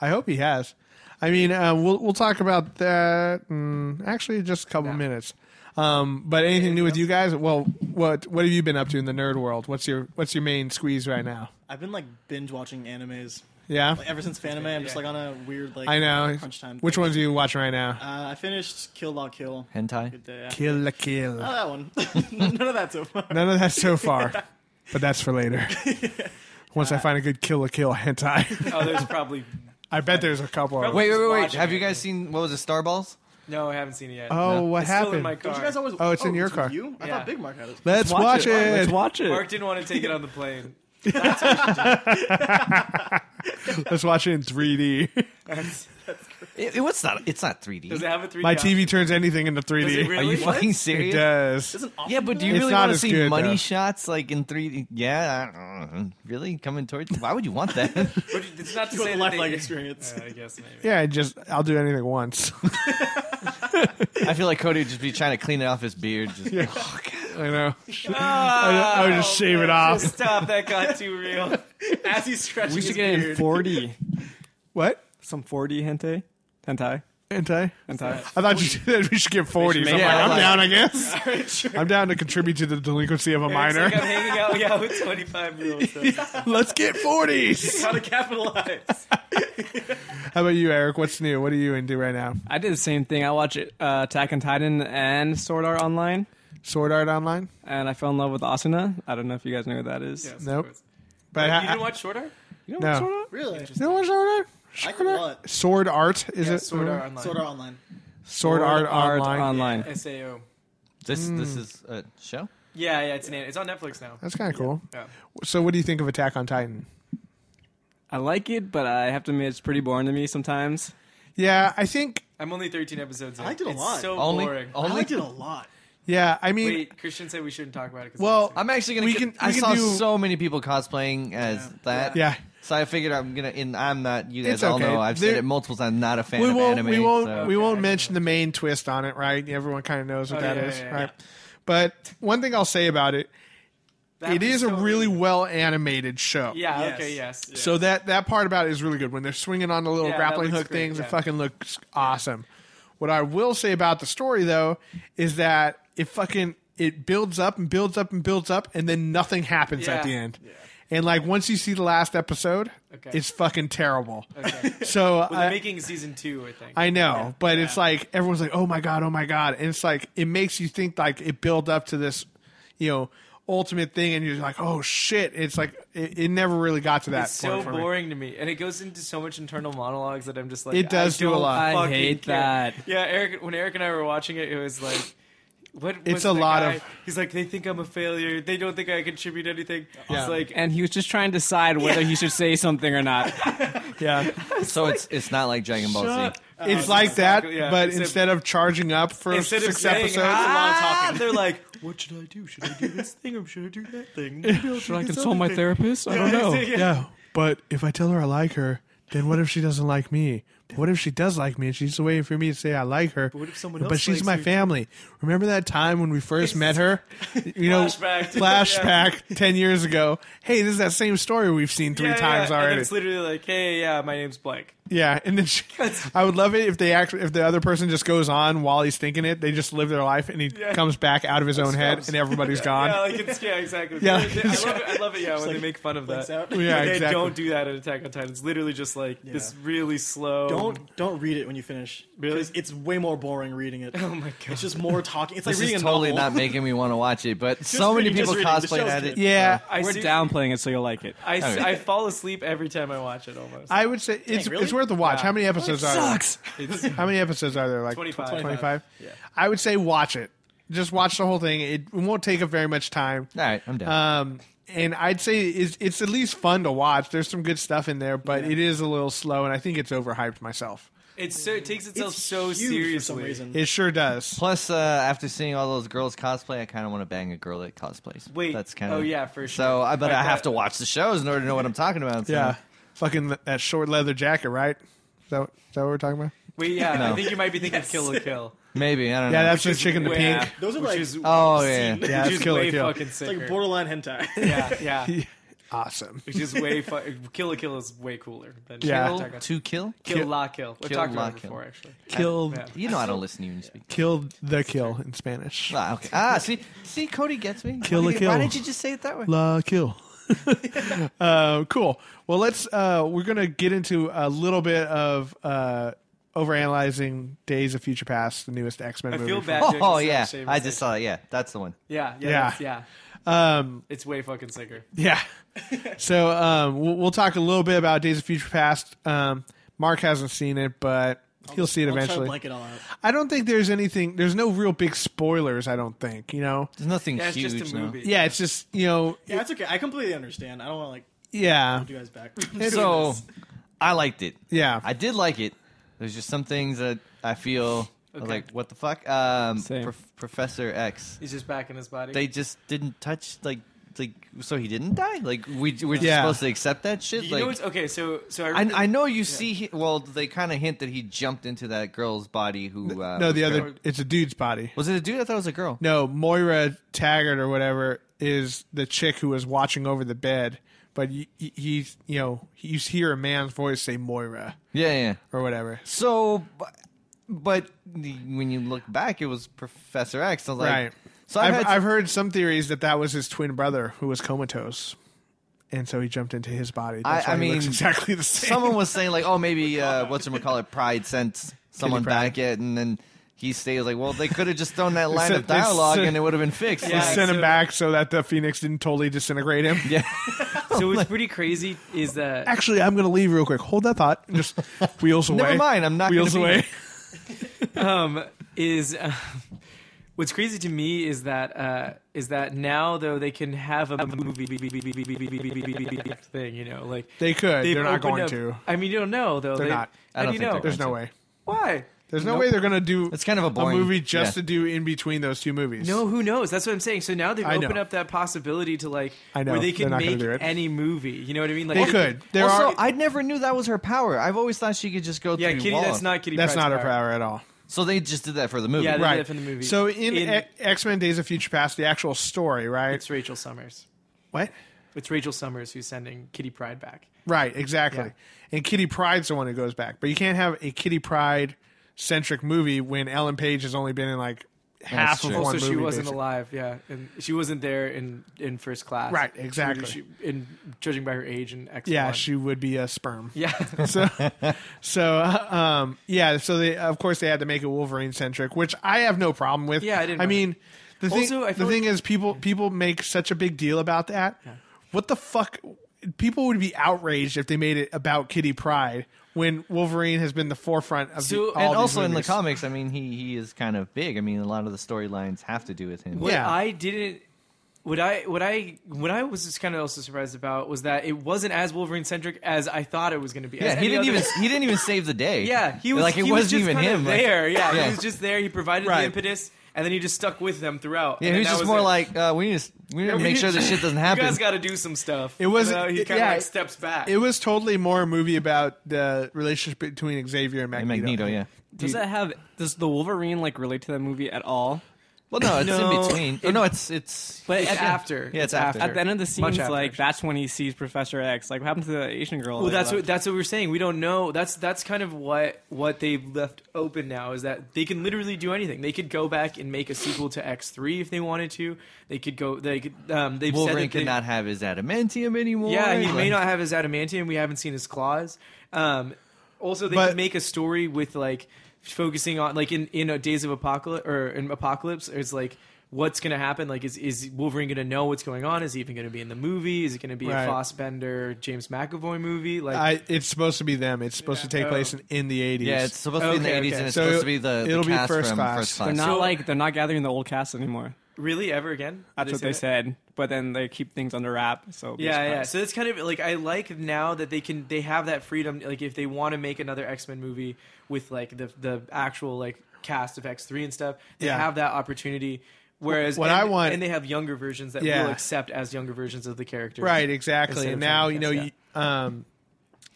S1: I hope he has. I mean, uh, we'll we'll talk about that. mm, actually, in just a couple
S8: Yeah.
S1: minutes. Um, but anything new with you guys? Well, what what have you been up to in the nerd world? What's your what's your main squeeze right now?
S5: I've been like binge watching animes.
S1: Yeah,
S5: Like ever since Fanime, I'm just like on a weird like
S1: I know.
S5: crunch time.
S1: Which
S5: thing.
S1: ones are you watching right now?
S5: Uh, I finished Kill La Kill.
S3: Hentai.
S5: Good day.
S1: Kill la kill.
S5: Oh, that one. None of that so far.
S1: None of that so far, but that's for later. Once I find a good kill a kill hentai,
S8: Oh, there's probably.
S1: I bet there's a couple. Of them.
S3: Wait, wait, wait, wait.
S8: Watching
S3: Have
S8: it.
S3: you guys seen what was it? Starballs.
S8: No, I haven't seen it yet.
S1: Oh, what
S8: it's
S1: happened?
S8: Still in my car.
S5: Don't you guys always?
S1: Oh, it's in your car.
S5: with You? I
S8: Yeah.
S5: thought Big Mark had it.
S1: Let's watch, it.
S2: Let's watch
S8: Mark
S2: it.
S8: didn't want to take it on the plane.
S1: Let's watch it in 3D.
S8: Does
S3: It, it was not. It's not 3D.
S8: it have a three?
S1: My TV turns anything into 3D.
S8: Does it
S3: Are
S8: really?
S3: you
S8: What?
S3: fucking
S1: It
S3: serious?
S1: does.
S5: Isn't Optimus
S3: Yeah, but do you
S1: It's
S3: really
S1: not
S3: want to
S1: as
S3: see
S1: good,
S3: money
S1: though.
S3: shots like in 3D? Yeah, I don't know. really coming towards. Why would you want that?
S8: But It's not to
S5: Go with
S8: say that
S5: the
S8: they-
S5: lifelike experience.
S8: Yeah, I guess maybe.
S1: Yeah, I just I'll do anything once.
S3: I feel like Cody would just be trying to clean it off his beard. Just,
S1: I know. I, I would just shave it off.
S8: Stop! That got too real.
S5: As he's scratching
S2: We
S5: his
S2: should get it in
S5: beard.
S2: 4D.
S1: What?
S2: Some 4D hentai. Hentai.
S1: Hentai?
S2: Hentai.
S1: I thought you said we should get 40. So I'm,
S3: make
S1: like,
S3: it
S1: I'm
S3: like-
S1: down, I guess.
S5: All right, sure.
S1: I'm down to contribute to the delinquency of a
S8: It's
S1: minor.
S8: Like I'm hanging out yeah, with 25 year olds.
S1: Let's get 40s.
S5: How to capitalize?
S1: How about you, Eric? What's new? What are you into right now?
S2: I did the same thing. I watched uh, Attack on Titan and Sword Art Online,
S1: Sword Art Online?
S2: and I fell in love with Asuna. I don't know if you guys know who that is.
S8: Yes,
S1: Nope.
S8: of course.
S1: But
S8: you
S1: I-
S8: didn't watch Short Art?
S2: You know
S1: No.
S2: what Sword Art?
S5: really?
S1: You know what Sword Art?
S5: I could
S1: Sword
S5: want
S1: Art? Sword Art, is
S8: Yeah,
S1: it? Mm-hmm.
S8: Sword Art Online.
S5: Sword Art Online.
S1: Sword Art Online.
S2: Online.
S8: SAO.
S3: this this is a show.
S8: Yeah, yeah, it's an, it's on Netflix now.
S1: That's kind of cool.
S8: Yeah.
S1: So, what do you think of Attack on Titan?
S2: I like it, but I have to admit it's pretty boring to me sometimes.
S1: Yeah, I think.
S8: I'm only 13 episodes in.
S5: I liked it a
S8: it's
S5: lot.
S8: so
S3: Only,
S8: boring.
S5: I
S3: only.
S5: liked it a lot.
S1: Yeah, I mean,
S8: Wait, Christian said we shouldn't talk about it. 'cause
S1: Well,
S3: I'm actually gonna.
S1: We
S3: get-
S1: can- we
S3: I
S1: can
S3: saw
S1: do-
S3: so many people cosplaying as that.
S1: yeah.
S3: So I figured I'm gonna. And I'm not. You guys
S1: It's
S3: all
S1: okay.
S3: know. I've
S1: There-
S3: said it multiple times. Not a fan
S1: We
S3: of
S1: won't,
S3: anime.
S1: we won't,
S3: so-
S1: we won't
S8: Okay.
S1: mention the main twist on it, right? Everyone kind of knows what
S8: Oh,
S1: that is,
S8: yeah, yeah, yeah.
S1: right? But one thing I'll say about it,
S8: that
S1: it
S8: was
S1: is a
S8: so-
S1: really well animated show.
S8: Yeah,
S5: Yes.
S8: okay, yes. yeah.
S1: So that that part about it is really good when they're swinging on the little
S8: Yeah, that
S1: grappling
S8: looks
S1: hook
S8: great,
S1: things. It
S8: yeah.
S1: fucking looks awesome. What I will say about the story though is that it fucking it builds up and builds up and builds up, and then nothing happens at
S8: Yeah.
S1: the end. And like once you see the last episode,
S8: Okay.
S1: it's fucking terrible.
S8: Okay.
S1: So
S8: Well, they're
S1: I,
S8: making season two, I think.
S1: I know, but it's like everyone's like, "Oh my god, oh my god," and it's like it makes you think like it built up to this, you know, ultimate thing, and you're like, "Oh shit!" It's like it, it never really got to that.
S8: it's so
S1: point for me.
S8: boring to me, and it goes into so much internal monologues that I'm just like,
S1: It does
S8: I
S1: do a
S8: don't
S1: lot. I
S2: I
S8: fucking
S2: hate
S8: care.
S2: that.
S8: Yeah, Eric. When Eric and I were watching it, it was like, what? Was
S1: It's a
S8: the
S1: lot
S8: guy-
S1: of-
S8: He's like, they think I'm a failure. They don't think I contribute anything.
S1: Yeah.
S8: It's like,
S2: And he was just trying to decide whether he should say something or not.
S1: Yeah,
S3: So it's it's not like Dragon Ball Z.
S1: it's like that,
S8: Uh, exactly, yeah.
S1: but
S8: Except-
S1: instead of charging up for
S8: Instead
S1: six
S8: of saying,
S1: episodes,
S8: ah, they're like, what should I do? Should I do this thing or should I do that thing? Maybe I'll do
S2: Should I
S8: this
S2: consult
S8: other
S2: my
S8: thing."
S2: therapist? I don't
S1: I
S2: know.
S1: know. Yeah, but if I tell her I like her, then what if she doesn't like me? But What if she does like me and she's waiting for me to say I like her? But
S8: what if someone
S1: But
S8: else
S1: she's
S8: likes
S1: my
S8: her?
S1: family. Remember that time when we first met her? You know,
S8: Flashback.
S1: flashback ten years ago. Hey, this is that same story we've seen three
S8: Yeah,
S1: times
S8: yeah.
S1: already.
S8: And it's literally like, hey, yeah, my name's Blake.
S1: yeah, and then she, I would love it if they act if the other person just goes on while he's thinking it. They just live their life and he
S8: Yeah.
S1: comes back out of his own head and everybody's gone.
S8: Yeah, like it's yeah, exactly.
S1: Yeah.
S8: I love it. I love it. Yeah, when they make fun of that.
S5: Lights out.
S1: Yeah,
S8: But they
S1: exactly.
S8: don't do that in Attack on Titan. It's literally just like this
S5: Yeah.
S8: really slow.
S5: Don't don't read it when you finish.
S8: Really?
S5: 'Cause It's way more boring reading it.
S8: Oh my god.
S5: It's just more talking. It's like
S3: This
S5: reading
S3: is
S5: a
S3: totally
S5: novel.
S3: not making me want to watch it, but so many
S5: reading- just
S3: people
S5: reading. The
S3: cosplay
S5: show's
S3: at
S5: good.
S3: it.
S1: yeah,
S8: I
S2: We're
S8: see-
S2: downplaying it so you'll like it.
S8: I, s-
S3: Okay.
S8: I fall asleep every time I watch it almost.
S1: I would say it's
S5: really?
S1: it's worth a watch. How many episodes are there?
S2: Sucks.
S8: It's-
S1: How many episodes are there? Like
S8: 25.
S1: 25? I would say watch it. Just watch the whole thing. It won't take up very much time.
S3: All right, I'm down.
S1: Um, and I'd say it's, it's at least fun to watch. There's some good stuff in there, but it is a little slow, and I think it's overhyped myself.
S8: it's so it takes itself
S5: It's
S8: so
S5: huge
S8: seriously.
S5: for some reason.
S1: It sure does.
S3: Plus, uh, after seeing all those girls cosplay, I kind of want to bang a girl that cosplays.
S8: Wait,
S3: that's kind of
S8: oh, yeah, for sure.
S3: So I but
S8: Like
S3: I have
S8: that-
S3: to watch the shows in order to know what I'm talking about. so-
S1: Yeah. Fucking that short leather jacket, right? Is that, is that what we're talking about?
S8: Wait, yeah,
S3: No.
S8: I think you might be thinking of Kill a Kill.
S3: maybe I don't
S1: Yeah,
S3: know.
S1: that's the chick in the
S8: Yeah,
S1: pink.
S5: Those are
S8: which
S5: like-
S8: is,
S3: oh yeah, yeah.
S1: Yeah,
S8: which
S1: that's
S8: is
S1: Kill
S8: way
S1: a Kill.
S8: fucking sicker.
S5: It's like borderline hentai.
S8: yeah, yeah.
S1: Awesome.
S8: Which is way fu- Kill a Kill is way cooler than
S1: Yeah.
S8: Attack
S3: Kill,
S8: on
S3: to kill.
S8: Kill, La Kill. We've
S3: Kill
S8: talked
S3: La
S8: about it
S3: Kill.
S8: before, actually.
S1: Kill,
S8: Yeah.
S3: You know I don't listen to you when you speak.
S1: kill the kill in Spanish.
S3: Ah, okay. ah, see, see, Cody gets me.
S1: Kill
S3: Why
S1: a
S3: did- Why
S1: kill.
S3: did you just say it that way?
S1: La Kill. uh, cool. Well, let's. Uh, we're gonna get into a little bit of uh, overanalyzing Days of Future Past, the newest X Men
S8: I
S1: movie.
S8: feel bad.
S3: Oh,
S8: doing
S3: oh
S8: this
S3: yeah,
S8: without
S3: I
S8: shaving
S3: just
S8: section.
S3: saw it. Yeah, that's the one.
S8: Yeah, yeah,
S1: Yeah.
S8: that's- yeah.
S1: Um,
S8: It's way fucking sicker.
S1: yeah. so um, we'll, we'll talk a little bit about Days of Future Past. Um, Mark hasn't seen it, but he'll see it
S5: I'll try to
S1: eventually.
S5: blank it all out.
S1: I don't think there's anything. There's no real big spoilers. I don't think. You know.
S3: There's nothing
S8: Yeah, it's
S3: huge.
S8: just a
S3: no.
S8: movie.
S1: Yeah, it's just you know.
S5: Yeah, that's okay. I completely understand. I don't want to like
S1: Yeah,
S5: you guys back.
S3: So I liked it.
S1: yeah.
S3: I did like it. There's just some things that I feel I was like, what the fuck? Um,
S2: Same.
S3: Prof- Professor X.
S8: He's just back in his body.
S3: They just didn't touch like like so he didn't die. Like we we're just
S1: Yeah.
S3: supposed to accept that shit.
S8: you
S3: like
S8: know what's okay? So, so I, read
S3: I, I know you see. He, well, they kind of hint that he jumped into that girl's body. Who uh,
S1: no,
S3: was
S1: the other.
S3: pregnant.
S1: It's a dude's body.
S3: was it a dude? I thought it was a girl.
S1: No, Moira Taggart or whatever is the chick who was watching over the bed, but he, he, he's, you know, you hear a man's voice say Moira
S3: Yeah, yeah, yeah.
S1: or whatever.
S3: So, bu- but the- when you look back, it was Professor X. I was like,
S1: right.
S3: So
S1: I've,
S3: I've,
S1: I've,
S3: had-
S1: heard some theories that that was his twin brother who was comatose, and so he jumped into his body. That's
S3: I
S1: why he looks
S3: mean,
S1: exactly the same.
S3: someone was saying like, oh, maybe uh, what's it call it? Pride sent someone
S1: Pride.
S3: back yet, and then. He stays like, well, they could have just thrown that line
S1: said-
S3: of
S1: they
S3: dialogue
S1: said-
S3: and it would have been fixed.
S1: They
S8: Yeah,
S3: Like,
S1: sent him
S8: so-
S1: back so that the phoenix didn't totally disintegrate him.
S8: so what's pretty crazy is that
S1: Actually, I'm going to leave real quick. Hold that thought. Just wheels away.
S3: Never mind, I'm not
S1: wheels
S3: gonna be
S1: away.
S3: here.
S8: um, is um, what's crazy to me is that uh, is that now though they can have a movie thing, you know, like
S1: They could.
S8: they've
S1: They're not
S8: opened
S1: going
S8: up-
S1: to.
S8: I mean, you don't know though.
S1: They're
S8: They-
S1: not.
S3: I
S8: How do
S3: don't
S8: you
S3: think
S8: know
S3: they're
S1: There's no way.
S8: why?
S1: There's no way they're going to do.
S3: It's kind of a boring
S1: movie just
S3: yeah.
S1: to do in between those two movies.
S8: No, who knows? That's what I'm saying. So now they've
S1: I know.
S8: opened up that possibility to like
S1: I know.
S8: where they
S1: They're
S8: can
S1: not gonna
S8: make
S1: do it.
S8: any movie. You know what I mean? Like
S1: they could. There
S3: also,
S1: are.
S3: I never knew that was her power. I've always thought she could just go
S8: Yeah,
S3: through
S8: Kitty.
S3: walls.
S8: That's not Kitty.
S1: that's
S8: Pryde's
S1: not her power at all.
S3: So they just did that for the movie.
S8: Yeah, they-
S1: Right.
S8: that from the movie.
S1: So in,
S8: In-
S1: X Men: Days of Future Past, the actual story, right?
S8: It's Rachel Summers.
S1: what?
S8: It's Rachel Summers who's sending Kitty Pride back.
S1: Right. Exactly.
S8: Yeah.
S1: And Kitty Pride's the one who goes back, but you can't have a Kitty Pride centric movie when Ellen Page has only been in like half of
S3: true.
S1: one movie.
S8: also, Oh, she wasn't
S1: basically.
S8: alive. Yeah, and she wasn't there in in first class.
S1: Right,
S8: She-
S1: exactly.
S8: She, in judging by her age and X.
S1: Yeah,
S8: one.
S1: she would be a sperm.
S8: Yeah,
S1: so so uh, um yeah so they of course they had to make it wolverine centric which i have no problem with
S8: Yeah, I didn't
S1: i
S8: mind.
S1: mean the thing
S8: Also, I
S1: the
S8: feel
S1: thing
S8: like-
S1: is people people make such a big deal about that what the fuck people would be outraged if they made it about kitty pride when wolverine has been the forefront of
S8: So-
S1: the, all
S3: and
S1: these
S3: also in the
S1: movies.
S3: comics, I mean, he he is kind of big. I mean, a lot of the storylines have to do with him.
S8: what
S1: Yeah.
S8: I didn't. what I what I what I was just kind of also surprised about was that it wasn't as Wolverine centric as I thought it was going to be. as
S3: Yeah, he
S8: any
S3: didn't
S8: other-
S3: even he didn't even save the day.
S8: Yeah, he was
S3: like it
S8: he was
S3: wasn't
S8: just
S3: even
S8: kinda
S3: him like-
S8: There, yeah,
S3: yeah.
S8: he was just there. He provided
S1: Right.
S8: the impetus, and then he just stuck with them throughout.
S3: yeah,
S8: and
S3: he was
S8: then that
S3: just more
S8: it.
S3: like uh, we need to we need to
S8: we
S3: make
S8: need
S3: sure
S8: to-
S3: this shit doesn't
S8: you
S3: happen.
S8: guys got to do some stuff.
S1: It wasn't-
S8: And, uh, he
S1: it-
S8: kind of
S1: yeah,
S8: like steps back.
S1: It was totally more a movie about the relationship between Xavier and
S3: And
S1: Magneto.
S3: Magneto, yeah.
S2: Does that have? Does the Wolverine like relate to that movie at all?
S3: Well, no, it's
S8: No,
S3: in between. oh, no, it's it's
S2: But
S8: It's
S2: at the-
S8: after.
S3: Yeah, it's after.
S2: At the end of the scene,
S8: Much
S2: it's
S8: after,
S2: like
S8: actually.
S2: that's when he sees Professor X. Like what happened to the Asian
S1: Oh,
S2: girl?
S8: Well,
S2: that
S8: that's
S2: he
S8: what
S2: loved?
S8: that's what we're saying. We don't know. That's that's kind of what what they've left open now is that they can literally do anything. They could go back and make a sequel to X three if they wanted to. They could go. They could. Um, they've
S3: Wolverine
S8: said that they,
S3: cannot have his adamantium anymore.
S8: Yeah, he may
S3: like-
S8: not have his adamantium. We haven't seen his claws. Um, also, they
S1: But-
S8: could make a story with like focusing on like in in a Days of Apocalypse or in Apocalypse, it's like what's going to happen. Like, is is Wolverine going to know what's going on? Is he even going to be in the movie? Is it going to be
S1: Right.
S8: a Fossbender James McAvoy movie? Like,
S1: I, it's supposed to be them. It's supposed to take
S8: Yeah. Oh.
S1: place in, in the 80s.
S3: Yeah, it's supposed to be in the
S8: Okay,
S3: eighties,
S8: okay.
S3: and it's
S1: So
S3: supposed to be the, the
S1: it'll be
S3: cast
S1: first
S3: from
S1: class.
S3: First
S1: They're
S3: Class.
S2: They're not
S8: So-
S2: like they're not gathering the old cast anymore.
S8: really, ever again? Did
S2: That's what
S8: say
S2: they
S8: that?
S2: said. But then they keep things under wrap. So be
S8: Yeah, yeah.
S2: surprised.
S8: So it's kind of like I like now that they can they have that freedom. Like if they want to make another X Men movie with like the the actual like cast of X three and stuff, they
S1: Yeah.
S8: have that opportunity. Whereas
S1: What
S8: and,
S1: I want-
S8: and they have younger versions that
S1: Yeah.
S8: we'll accept as younger versions of the character.
S1: Right, exactly.
S8: Instead
S1: And
S8: of
S1: now
S8: trying
S1: you
S8: to
S1: know,
S8: guess,
S1: you, um,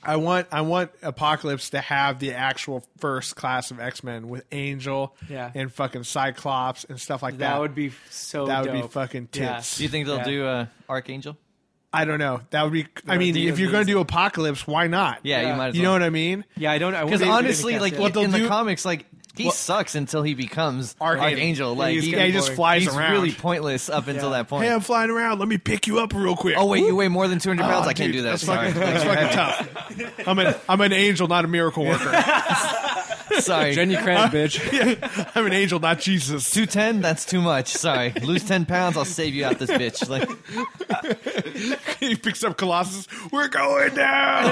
S1: I want I want Apocalypse to have the actual first class of X Men with Angel,
S8: Yeah.
S1: and fucking Cyclops and stuff like
S8: That
S1: that.
S8: would be so.
S1: that would be
S8: dope.
S1: fucking
S8: Yeah.
S1: tits.
S3: Do you think they'll
S8: Yeah.
S3: do uh, Archangel?
S1: I don't know. That would be. I mean,
S8: be
S1: if you're going to
S8: amazing.
S1: do Apocalypse, why not?
S3: Yeah, you
S8: Yeah.
S3: might. As
S1: You know
S3: well.
S1: what I mean?
S8: Yeah, I don't. I
S3: Because
S8: wonder if they're
S3: honestly,
S8: gonna
S3: like
S8: cast
S1: What
S8: it.
S1: they'll
S3: in
S1: do-
S3: the comics, like he
S1: Well-
S3: sucks until he becomes
S1: Archangel.
S3: Archangel. Like
S8: he's
S3: he,
S1: yeah, he just
S8: boring.
S1: flies
S3: he's
S1: around.
S3: really pointless up until that point.
S1: hey, I'm flying around. Let me pick you up real quick.
S3: oh wait, you weigh more than two hundred
S1: Oh,
S3: pounds. I can't
S1: dude,
S3: do that.
S1: That's
S3: Sorry,
S1: fucking, that's fucking tough. I'm an I'm an angel, not a miracle worker.
S3: sorry.
S2: Jenny Craig, bitch.
S1: I'm an angel, not Jesus.
S3: Two ten, that's too much. Sorry, lose ten pounds, I'll save you out this bitch. Like,
S1: he picks up Colossus. We're going down.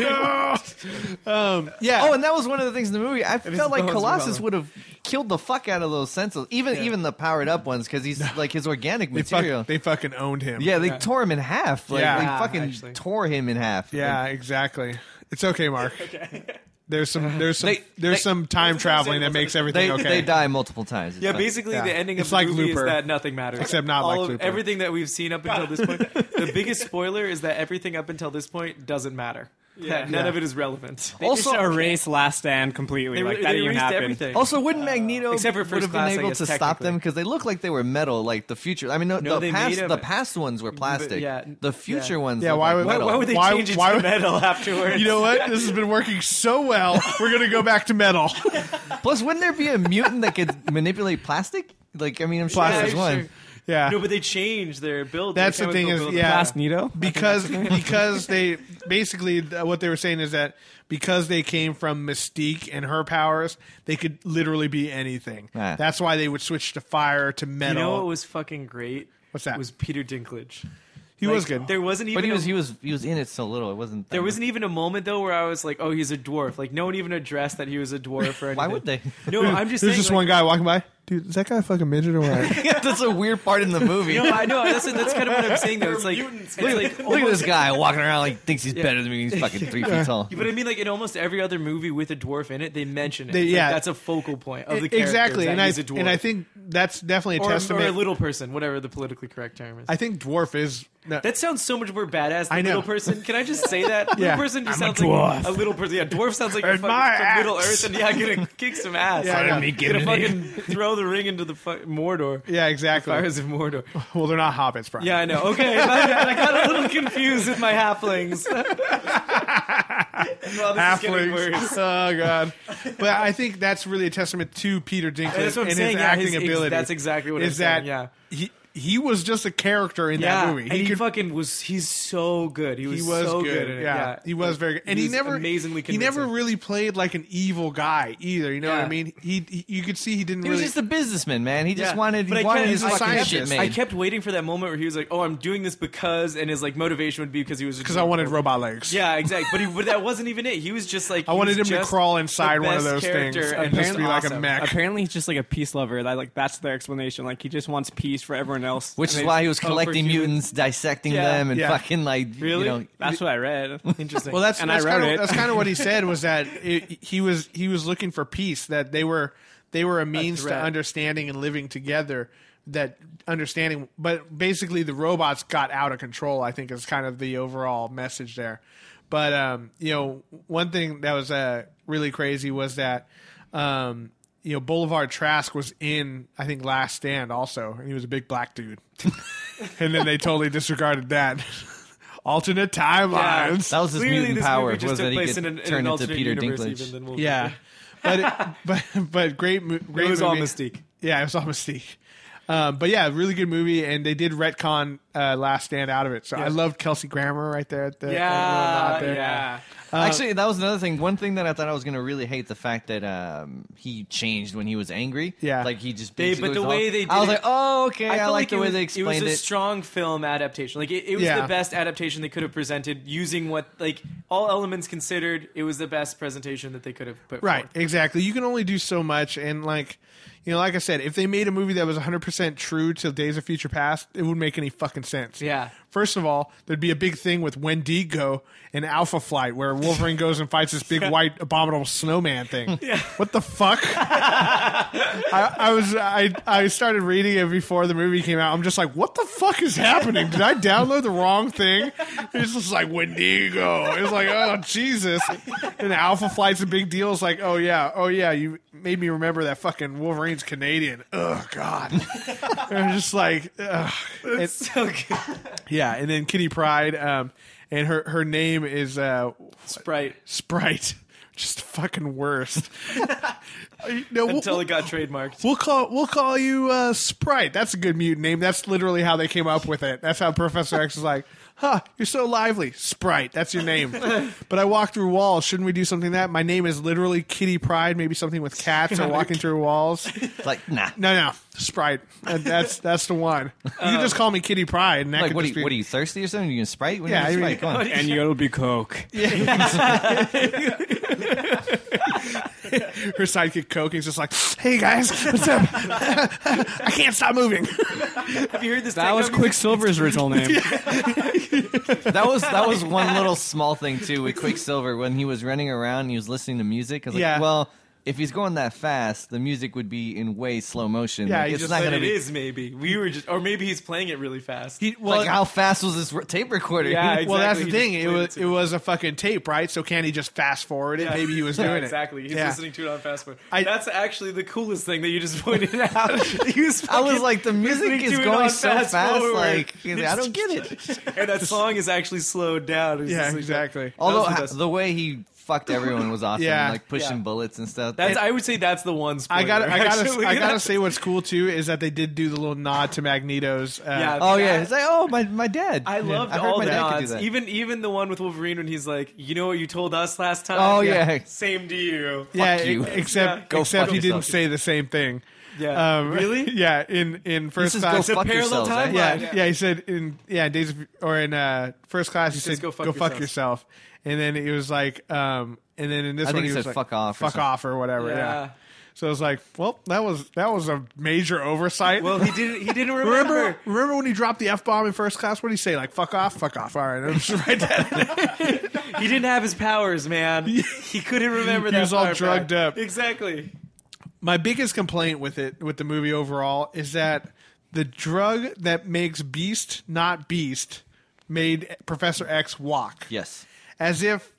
S1: No. Um, yeah.
S3: oh, and that was one of the things in the movie. I felt like
S8: bones were
S3: Colossus
S8: hollow.
S3: would have killed the fuck out of those senses, even even the powered up ones, because he's like his organic
S1: they, fuck-
S3: material.
S1: they fucking owned him.
S3: yeah, they tore him in half. Like
S1: Yeah.
S3: they
S1: Yeah,
S3: fucking
S8: actually.
S3: tore him in half.
S1: Yeah, exactly. It's okay, Mark. okay. There's some there's some
S3: They-
S1: there's
S3: they-
S1: some time traveling that makes everything
S3: They,
S1: okay.
S3: they die multiple times. It's
S8: Yeah,
S3: not-
S8: basically
S1: Yeah.
S8: the ending
S1: It's
S8: of the
S1: like
S8: movie
S1: Looper.
S8: is that nothing matters.
S1: Except not
S8: All
S1: like
S8: of,
S1: Looper.
S8: Everything that we've seen up until this point, the biggest spoiler is that everything up until this point doesn't matter. That none
S1: Yeah.
S8: of it is relevant.
S2: They also just erase Last Stand completely.
S8: They,
S2: like
S8: they
S2: that didn't even
S8: erased
S2: happen.
S8: everything.
S3: Also, wouldn't Magneto
S8: except for
S3: would
S8: first
S3: have
S8: class, I
S3: been able
S8: guess,
S3: to stop them
S8: technically.
S3: because they look like they were metal, like the future. I mean, no,
S8: No,
S3: the
S8: they
S3: past
S8: made 'em-
S3: the past ones were plastic.
S8: yeah,
S3: the future
S8: yeah.
S3: ones.
S1: Yeah,
S3: look
S1: why
S3: like
S1: would-
S8: why,
S3: metal.
S8: why would they
S1: Why-
S8: change it
S1: why
S8: to
S1: would-
S8: metal afterwards?
S1: you know what? This has been working so well. We're gonna go back to metal.
S3: Plus, wouldn't there be a mutant that could manipulate plastic? Like, I mean, I'm sure
S8: Yeah,
S3: there's
S8: sure.
S3: one.
S1: Yeah.
S8: No, but they change their build.
S1: That's
S8: their
S1: the thing
S8: chemical
S1: is,
S8: build.
S1: yeah.
S2: Last Nito.
S1: because because they basically th- what they were saying is that because they came from Mystique and her powers, they could literally be anything.
S3: Ah.
S1: That's why they would switch to fire to
S8: You
S1: metal.
S8: know what was fucking great?
S1: What's that?
S8: Was Peter Dinklage?
S1: he was
S8: Like,
S1: good.
S8: There wasn't even.
S3: But he was
S8: a-
S3: he was he was in it so little. It wasn't. that
S8: there wasn't even a moment though where I was like, "Oh, he's a dwarf." Like no one even addressed that he was a dwarf or anything.
S3: Why would they?
S8: No, I'm just
S1: There's
S8: saying.
S1: just
S8: like,
S1: one guy walking by. Dude, is that guy a fucking midget or what?
S3: That's a weird part in the movie.
S8: No, I know. That's, that's kind of what I'm saying though. It's like, it's
S3: look,
S8: like
S3: look at this guy walking around like thinks he's
S8: Yeah.
S3: better than me. He's fucking three feet tall.
S8: But I mean, like in almost every other movie with a dwarf in it, they mention it.
S1: They-
S8: It's like,
S1: yeah.
S8: that's a focal point of the character.
S1: E, exactly,
S8: that
S1: and I
S8: he's a dwarf.
S1: and I think that's definitely a
S8: or, or
S1: testament.
S8: a little person, whatever the politically correct term is.
S1: I think dwarf is. No,
S8: that sounds so much more badass than
S1: I know.
S8: little person. Can I just say that?
S1: Yeah.
S8: Little person just
S1: I'm a
S8: sounds like a little person. Yeah, dwarf sounds like you're
S1: And
S8: fucking
S1: my
S8: from
S1: axe.
S8: Middle Earth, and yeah, gonna kick some ass.
S1: Yeah, I know.
S8: me gonna fucking throw the ring into the fu- Mordor.
S1: yeah, exactly.
S8: Fires of Mordor.
S1: Well, they're not hobbits, Brian.
S8: Yeah, I know. Okay, my bad. I got a little confused with my halflings. well, this is getting worse.
S1: halflings. Oh god! But I think that's really a testament to Peter Dinklage
S8: that's what I'm
S1: and
S8: saying,
S1: his
S8: yeah,
S1: acting
S8: his ex-
S1: ability.
S8: that's exactly what
S1: is
S8: I'm
S1: that
S8: saying, yeah.
S1: he he was just a character in
S8: Yeah,
S1: that movie.
S8: and he fucking was. He's so good. He was,
S1: he was
S8: so
S1: good.
S8: good. in it.
S1: yeah.
S8: Yeah.
S1: he was very good, and he,
S8: was
S1: never
S8: amazingly.
S1: he never
S8: convincing.
S1: really played like an evil guy either. You know what I
S8: Yeah.
S1: mean? He, he- you could see he didn't
S3: He was
S1: really.
S3: just a businessman, man. He just
S8: Yeah.
S3: wanted he
S8: But I
S3: wanted
S8: can't-
S3: his
S1: he's a
S3: fucking shit
S1: scientist.
S3: made.
S8: I kept waiting for that moment where he was like, "Oh, I'm doing this because," and his like motivation would be because he was
S1: because I wanted robot legs.
S8: Yeah, exactly. But he, but that wasn't even it. He was just like
S1: I
S8: he
S1: wanted
S8: was
S1: him to
S8: just
S1: crawl inside
S8: the
S1: one of those
S8: best
S1: things
S8: character
S1: and just be
S8: Apparently
S1: like a
S8: awesome.
S1: mech.
S2: Apparently, he's just like a peace lover. That like that's their explanation. Like he just wants peace for everyone else.
S3: Which
S2: And
S3: is
S2: they
S3: why he was
S2: hope for
S3: collecting
S2: humans.
S3: mutants, dissecting
S8: Yeah,
S3: them, and
S1: yeah.
S3: fucking like
S8: Really?
S3: You know,
S2: That's what I read.
S8: Interesting.
S1: Well, that's
S2: And
S1: that's
S2: I wrote
S1: kind of
S2: it.
S1: that's kind of what he said was that it, he was he was looking for peace that they were they were a means to
S8: threat.
S1: understanding and living together that understanding but basically the robots got out of control I think is kind of the overall message there. But um, you know, one thing that was uh, really crazy was that um, you know Boulevard Trask was in I think Last Stand also, and he was a big black dude. and then they totally disregarded that. Alternate timelines.
S3: that was his
S8: Clearly,
S3: mutant
S8: this
S3: power
S8: movie just
S3: was
S8: took
S3: that he
S8: place
S3: could
S8: in an, in
S3: turn
S8: an
S3: into
S8: alternate
S3: Peter
S8: universe
S3: Dinklage.
S8: Even than Wolverine.
S1: Yeah, but but but great, mo- great.
S8: it was all
S1: movie.
S8: Mystique.
S1: Yeah, it was all Mystique. Um, but yeah, really good movie, and they did retcon uh, Last Stand out of it. So I loved Kelsey Grammer right there at the at the
S8: Yeah,
S1: nod there.
S8: yeah. Uh,
S3: Actually, that was another thing. One thing that I thought I was going to really hate the fact that um, he changed when he was angry.
S1: Yeah.
S3: like he just
S8: They-
S3: basically
S8: but the
S3: was
S8: way
S3: all-
S8: they did
S3: I was
S8: it-
S3: like, oh okay, I,
S8: feel
S3: like the
S8: it
S3: way
S8: was,
S3: they
S8: It
S3: explained
S8: was a
S3: it.
S8: strong film adaptation. Like it, it was
S1: Yeah.
S8: the best adaptation they could have presented using what like all elements considered. It was the best presentation that they could have put
S1: Right,
S8: forward.
S1: exactly. You can only do so much, and like, you know, like I said, if they made a movie that was 100 percent true to Days of Future Past, it wouldn't make any fucking sense.
S8: Yeah.
S1: First of all, there'd be a big thing with Wendigo and Alpha Flight, where Wolverine goes and fights this big white abominable snowman thing. Yeah. What the fuck? I, I was I I started reading it before the movie came out. I'm just like, what the fuck is happening? Did I download the wrong thing? It's just like Wendigo. It's like, oh Jesus. And Alpha Flight's a big deal. It's like, oh yeah, oh yeah, you made me remember that fucking Wolverine's Canadian. Oh God. And I'm just like, uh, ugh. It's-
S8: So good.
S1: yeah. And then Kitty Pride, um, and her her name is uh,
S8: Sprite
S1: Sprite. Just fucking worst. no, we'll-
S8: until it got trademarked.
S1: We'll call we'll call you uh, Sprite. That's a good mutant name. That's literally how they came up with it. That's how Professor X is like, huh, you're so lively, Sprite. That's your name. but I walk through walls. Shouldn't we do something that? My name is literally Kitty Pride. Maybe something with cats or walking through walls.
S3: like nah.
S1: No, no, Sprite. That- That's that's the one. You can just call me Kitty Pride, and that
S3: Oh. Like
S1: could
S3: what? Are
S1: just
S3: you,
S1: be.
S3: what are you thirsty or something? You gonna sprite? What
S1: Yeah,
S3: do
S1: I
S3: you
S1: mean-
S3: sprite? Come on.
S2: and you'll be Coke.
S1: Her sidekick Coke is just like, "Hey guys, what's up? I can't stop moving."
S8: Have you heard this?
S2: That was
S8: techno music?
S2: Quicksilver's original name.
S3: That was that was one little small thing too with Quicksilver when he was running around and he was listening to music. I was like,
S1: Yeah.
S3: well, if he's going that fast, the music would be in way slow motion.
S1: Yeah,
S3: like,
S1: he
S3: it's
S1: just
S3: not
S1: let
S3: gonna
S8: But it
S3: be.
S8: is maybe we were just, or maybe he's playing it really fast.
S1: He,
S3: Like how fast was this re- tape recorder?
S8: Yeah,
S1: Well, that's the
S8: Exactly,
S1: thing.
S8: he
S1: It
S8: just played
S1: was
S8: it
S1: it was a fucking tape, right? So can he just fast forward it? Maybe he was doing
S8: Yeah,
S1: it
S8: exactly. He's
S1: Yeah.
S8: listening to it on fast forward.
S1: I-
S8: That's actually the coolest thing that you just pointed out. He
S3: I was
S8: fucking
S3: like, the music
S8: listening
S3: is
S8: to it
S3: going
S8: on
S3: so
S8: fast
S3: fast.
S8: forward.
S3: Like, I don't get it.
S8: and that song is actually slowed down. It's
S1: Yeah,
S8: just like-
S1: exactly.
S8: That was
S3: Although
S8: the
S3: ha-
S8: best.
S3: the, way he fucked everyone was awesome,
S1: Yeah.
S3: like pushing
S8: Yeah.
S3: bullets and stuff.
S8: That's, I would say that's the one. Spoiler,
S1: I got. I got.
S8: actually.
S1: I got to say, what's cool too is that they did do the little nod to Magneto's. Uh,
S8: Yeah.
S3: oh yeah, it's like oh my my dad.
S8: I loved
S3: I heard
S8: all
S3: my
S8: the
S3: dad could do
S8: nods.
S3: that.
S8: Even even the one with Wolverine when he's like, "You know what you told us last time."
S3: Oh yeah,
S8: Same to you.
S1: yeah,
S3: fuck
S1: e-
S3: you.
S1: Except,
S3: Go
S1: except
S3: fuck
S1: he didn't
S3: yourself.
S1: say the same thing.
S8: Yeah.
S1: Um,
S8: really?
S1: Yeah. In in
S3: this
S1: first
S3: is go
S1: class.
S3: fuck
S8: parallel
S3: yourselves.
S8: timeline.
S3: eh?
S1: yeah,
S8: Yeah.
S1: yeah, He said in yeah days of, or in uh, first class. He,
S8: says,
S1: said
S8: "Go fuck yourself."
S1: yourself," and then it was like, um, and then in this
S3: I
S1: one
S3: think he
S1: was
S3: said,
S1: like,
S3: "Fuck off or
S1: fuck
S3: something."
S1: off" or whatever. Yeah.
S8: Yeah.
S1: So I was like, well, that was that was a major oversight.
S8: Well, he didn't. He didn't remember.
S1: Remember, remember when he dropped the f bomb in first class? What did he say? Like "fuck off, fuck off." All right, I'm just right there.
S8: He didn't have his powers, man. He couldn't remember
S1: He
S8: that.
S1: was all
S8: far
S1: drugged
S8: back.
S1: up.
S8: Exactly.
S1: My biggest complaint with it, with the movie overall, is that the drug that makes Beast not Beast made Professor X walk,
S3: Yes.
S1: as if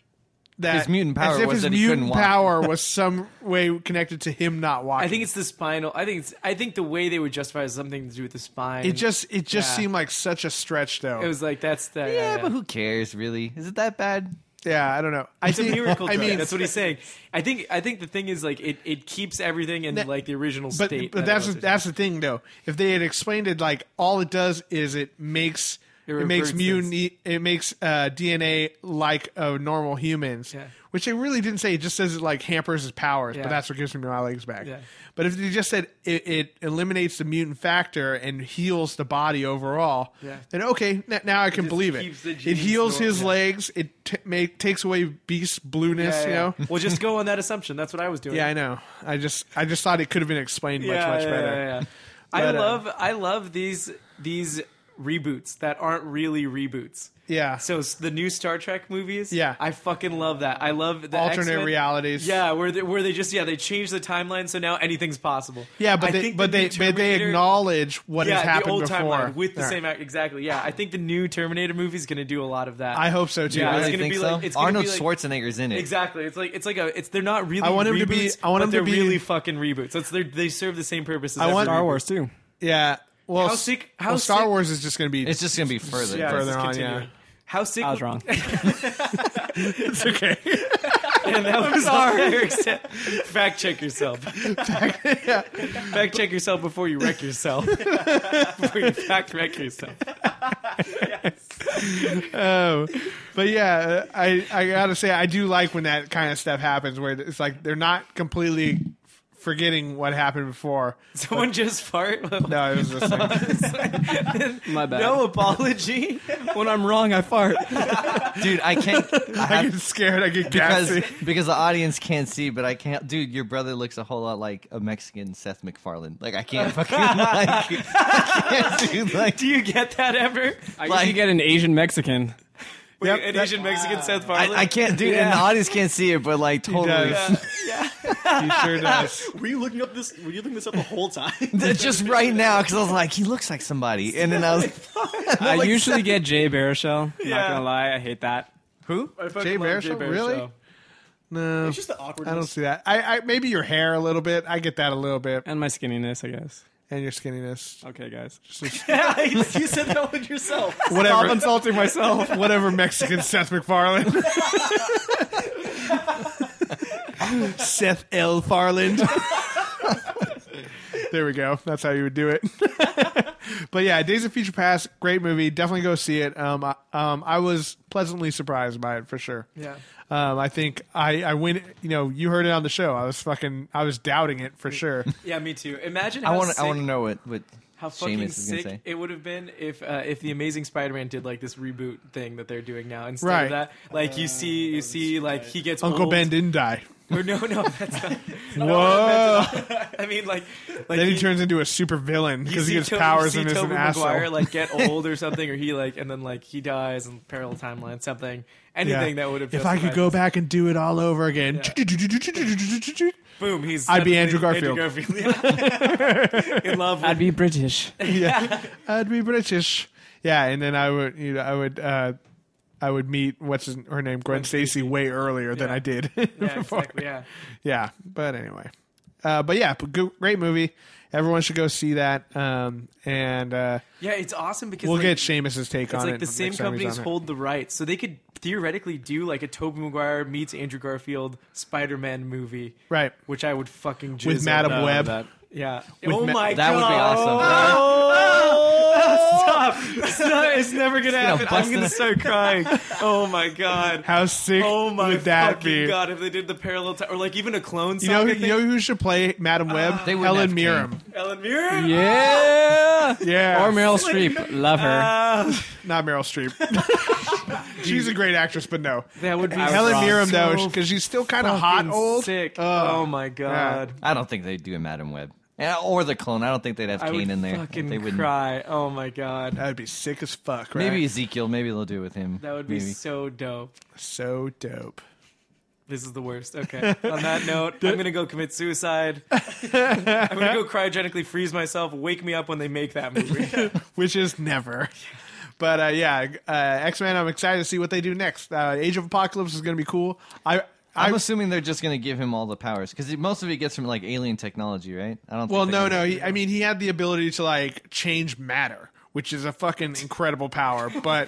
S1: that
S3: His mutant power
S1: as if
S3: was
S1: his
S3: that he couldn't
S1: mutant
S3: walk.
S1: power was some way connected to him not walking.
S8: I think it's the spinal. I think it's. I think the way they would justify it has something to do with the spine.
S1: it just it just
S8: Yeah.
S1: seemed like such a stretch, though.
S8: It was like that's the.
S3: Yeah, but who cares really? Is it that bad?
S1: yeah, I don't know. I
S8: It's a
S1: think
S8: miracle
S1: I
S8: drug.
S1: mean,
S8: that's what he's saying. I think. I think the thing is like it. It keeps everything in
S1: That-
S8: like the original
S1: but,
S8: state.
S1: But
S8: that it
S1: that's
S8: was.
S1: that's the thing though. If they had explained it like all it does is it makes
S8: It
S1: it, makes
S8: reverts
S1: mutant e, it makes uh, DNA like of normal humans,
S8: Yeah.
S1: which they really didn't say. It just says it like hampers his powers,
S8: Yeah.
S1: but that's what gives me my legs back.
S8: Yeah.
S1: But if they just said it, it eliminates the mutant factor and heals the body overall,
S8: Yeah.
S1: then okay, n- now I can
S8: just
S1: believe it.
S8: keeps the
S1: It
S8: genes
S1: heals
S8: normal.
S1: his
S8: Yeah.
S1: legs. It t- make, takes away beast blueness.
S8: Yeah,
S1: you
S8: yeah.
S1: know.
S8: well, just go on that assumption. That's what I was doing.
S1: Yeah, I know. I just I just thought it could have been explained
S8: Yeah,
S1: much much
S8: yeah,
S1: better.
S8: yeah, yeah. I
S1: But, uh,
S8: love I love these these reboots that aren't really reboots.
S1: Yeah.
S8: So s- the new Star Trek movies.
S1: Yeah.
S8: I fucking love that. I love the
S1: Alternate
S8: X-Men-
S1: realities.
S8: Yeah, where they, where they just yeah they change the timeline, so now anything's possible.
S1: Yeah, but
S8: I
S1: they
S8: think
S1: but
S8: the
S1: they
S8: new
S1: but they
S8: Terminator-
S1: acknowledge what
S8: yeah
S1: has happened
S8: the old
S1: before
S8: timeline with the
S1: Yeah.
S8: same act exactly. Yeah, I think the new Terminator movie is going to do a lot of that.
S1: I hope so too.
S8: Yeah,
S3: I really
S8: it's
S1: I,
S8: gonna
S3: think
S8: be
S3: so.
S8: like- it's gonna
S3: Arnold
S8: be like-
S3: Schwarzenegger's in it.
S8: Exactly. It's like it's like a it's they're not really.
S1: I want him
S8: reboots,
S1: to be- I want
S8: but
S1: him to
S8: they're
S1: be-
S8: really fucking reboots. That's they they serve the same purpose. As
S1: I want-
S8: every
S2: Star
S8: reboot.
S2: Wars too.
S1: yeah. Well,
S8: How
S1: s-
S8: sick-
S1: well,
S8: how
S1: Star
S8: sick-
S1: Wars is just going to be.
S3: It's just gonna be further.
S1: yeah,
S3: further.
S1: further on. Yeah.
S8: continuing. How sick?
S2: I was wrong.
S1: It's okay.
S8: And that was sorry. Fact check yourself. Fact check yourself before you wreck yourself. before you fact wreck yourself.
S1: Oh, but yeah, I I gotta say I do like when that kind of stuff happens where it's like they're not completely f- forgetting what happened before.
S8: Someone just fart.
S1: No, it was just like,
S2: My bad.
S8: No apology.
S2: When I'm wrong, I fart.
S3: Dude, I can't. I
S1: I
S3: have,
S1: get scared. I get
S3: because
S1: gassy.
S3: because the audience can't see, but I can't. Dude, your brother looks a whole lot like a Mexican Seth MacFarlane. Like I can't fucking like. I can't do like.
S8: Do you get that ever?
S2: I
S3: Like-
S2: like, you get an Asian Mexican.
S8: Were you
S1: Yep,
S8: an
S1: that-
S8: Asian Mexican Seth
S3: I,
S8: Farley.
S3: I can't, dude. And the
S2: Yeah.
S3: audience can't see it, but like totally.
S1: does.
S8: yeah.
S1: He sure does.
S5: Were you looking up this? Were you looking this up the whole time?
S3: Just right now, because I was like, he looks like somebody, and then I was,
S2: I usually get Jay Baruchel.
S8: Yeah.
S2: Not gonna lie, I hate that.
S1: Who?
S8: I fucking
S1: Jay
S8: love
S1: Baruchel? Really?
S8: Baruchel.
S1: No,
S5: It's just the awkwardness.
S1: I don't see that. I, I maybe your hair a little bit. I get that a little bit,
S2: And my skinniness, I guess.
S1: and your skinniness.
S2: Okay, guys.
S5: Yeah, you you said that one yourself.
S1: Whatever.
S2: Stop insulting myself.
S1: Whatever Mexican Seth MacFarlane. Seth L. Farland. there we go. That's how you would do it. but yeah, Days of Future Past, great movie. Definitely go see it. Um, I, um, I was pleasantly surprised by it for sure.
S8: Yeah.
S1: Um, I think I, I went. You know, you heard it on the show. I was fucking. I was doubting it for sure.
S8: Yeah, me too. Imagine
S3: I
S8: how
S3: want,
S8: sick,
S3: I want to know what what
S8: how fucking
S3: Seamus is gonna
S8: sick
S3: say.
S8: it would have been if uh, if the Amazing Spider-Man did like this reboot thing that they're doing now instead
S1: Right.
S8: of that. Like you see, you see, like he gets
S1: Uncle
S8: old.
S1: Ben didn't die.
S8: Or no, no, that's not.
S1: Whoa!
S8: I mean, like, like
S1: then he, turns into a super villain
S8: you
S1: because he
S8: see
S1: gets
S8: Tob-
S1: powers
S8: you
S1: and
S8: see
S1: is an
S8: Tobey Maguire,
S1: asshole.
S8: like get old or something, or he like, and then like he dies in parallel timeline, something,
S1: Yeah.
S8: anything that would have.
S1: If I could
S8: justified
S1: go
S8: this.
S1: back and do it all over again,
S8: boom, he's.
S1: I'd be
S8: suddenly
S1: Andrew
S8: Garfield. in love
S2: I'd
S8: with
S2: be British.
S1: yeah, I'd be British. Yeah, and then I would, you know, I would, uh, I would meet what's his- her name, Gwen Stacy, way earlier than
S8: Yeah.
S1: I did.
S8: yeah,
S1: before.
S8: exactly, yeah.
S1: Yeah, but anyway, uh, but yeah, but go- great movie. Everyone should go see that. Um, and uh,
S8: Yeah, it's awesome because
S1: we'll
S8: like,
S1: get Seamus's take
S8: It's
S1: on
S8: like
S1: it.
S8: the same
S1: next time he's
S8: companies
S1: on here.
S8: hold the rights, so they could theoretically do like a Tobey Maguire meets Andrew Garfield Spider-Man movie,
S1: right
S8: which I would fucking jizz
S1: with
S8: on.
S1: Madam
S8: Uh,
S1: Web.
S2: that.
S8: Yeah.
S1: With
S8: oh
S1: Ma-
S8: my
S3: That would be
S8: god.
S3: awesome.
S8: No, it's never gonna happen.
S3: bust
S8: I'm gonna
S3: it.
S8: start crying. Oh my god.
S1: How sick
S8: oh my
S1: would that
S8: fucking
S1: be?
S8: god! If they did the parallel time, or like even a clone
S1: You know,
S8: saga
S1: who- you know who should play Madam Web?
S8: Ah.
S3: They wouldn't
S1: Helen
S3: have
S1: Mirren.
S8: thing, Ellen Mirren.
S2: Yeah.
S1: Yeah,
S2: Or Meryl Streep. Love her.
S8: Ah,
S1: not Meryl Streep. She's a great actress, but no.
S8: that would be
S2: I was
S1: Helen
S2: wrong.
S1: Mirren though,
S8: So
S1: because she's still kind of hot,
S8: fucking
S1: old.
S8: sick.
S1: Oh.
S8: oh my god!
S3: I don't think they'd do a Madam Web, Yeah, or the clone. I don't think they'd have
S8: I
S3: Kane
S8: would
S3: in there.
S8: fucking
S3: they wouldn't.
S8: cry. Oh my god!
S1: That would be sick as fuck. Right?
S3: Maybe Ezekiel. Maybe they'll do it with him.
S8: That would be
S3: Maybe.
S8: so dope.
S1: so dope.
S8: This is the worst. Okay. On that note, I'm gonna go commit suicide. I'm gonna go cryogenically freeze myself. Wake me up when they make that movie.
S1: which is never. But uh, yeah, uh, X Men. I'm excited to see what they do next. Uh, Age of Apocalypse is going to be cool. I, I
S3: I'm assuming they're just going to give him all the powers because most of it gets from like alien technology, right? I don't. Think
S1: well,
S3: they're
S1: no,
S3: gonna-
S1: no. He, I mean, he had the ability to like change matter, which is a fucking incredible power. But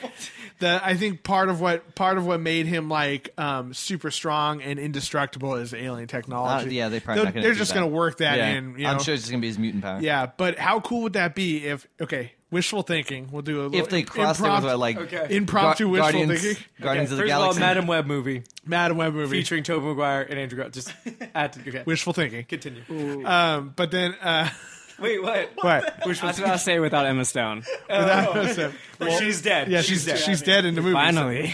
S1: the I think part of what part of what made him like um, super strong and indestructible is alien
S3: Uh,
S1: technology.
S3: yeah, they probably.
S1: They'll-
S3: not gonna
S1: they're
S3: do
S1: just
S3: that.
S1: going to work that
S3: Yeah.
S1: in. You know?
S3: I'm sure it's just going to be his mutant power.
S1: Yeah, but how cool would that be if? Okay, wishful thinking. We'll do a little
S3: If they
S1: imp-
S3: crossed it with
S1: impromptu-
S3: uh, like
S8: Okay.
S1: impromptu
S3: Gu-
S1: wishful
S3: Guardians,
S1: thinking.
S3: Guardians of the
S8: First
S3: Galaxy.
S8: of all, Madam Web movie
S1: Madam Web movie.
S8: featuring Tobey Maguire and Andrew Garfield. Just add to okay.
S1: Wishful thinking.
S8: Continue.
S1: Um, but then uh,
S8: Wait, what?
S1: what? Which
S2: That's what I say without Emma Stone.
S1: without, so,
S8: she's dead.
S1: yeah, she's she's dead in the movie. so-
S2: Finally.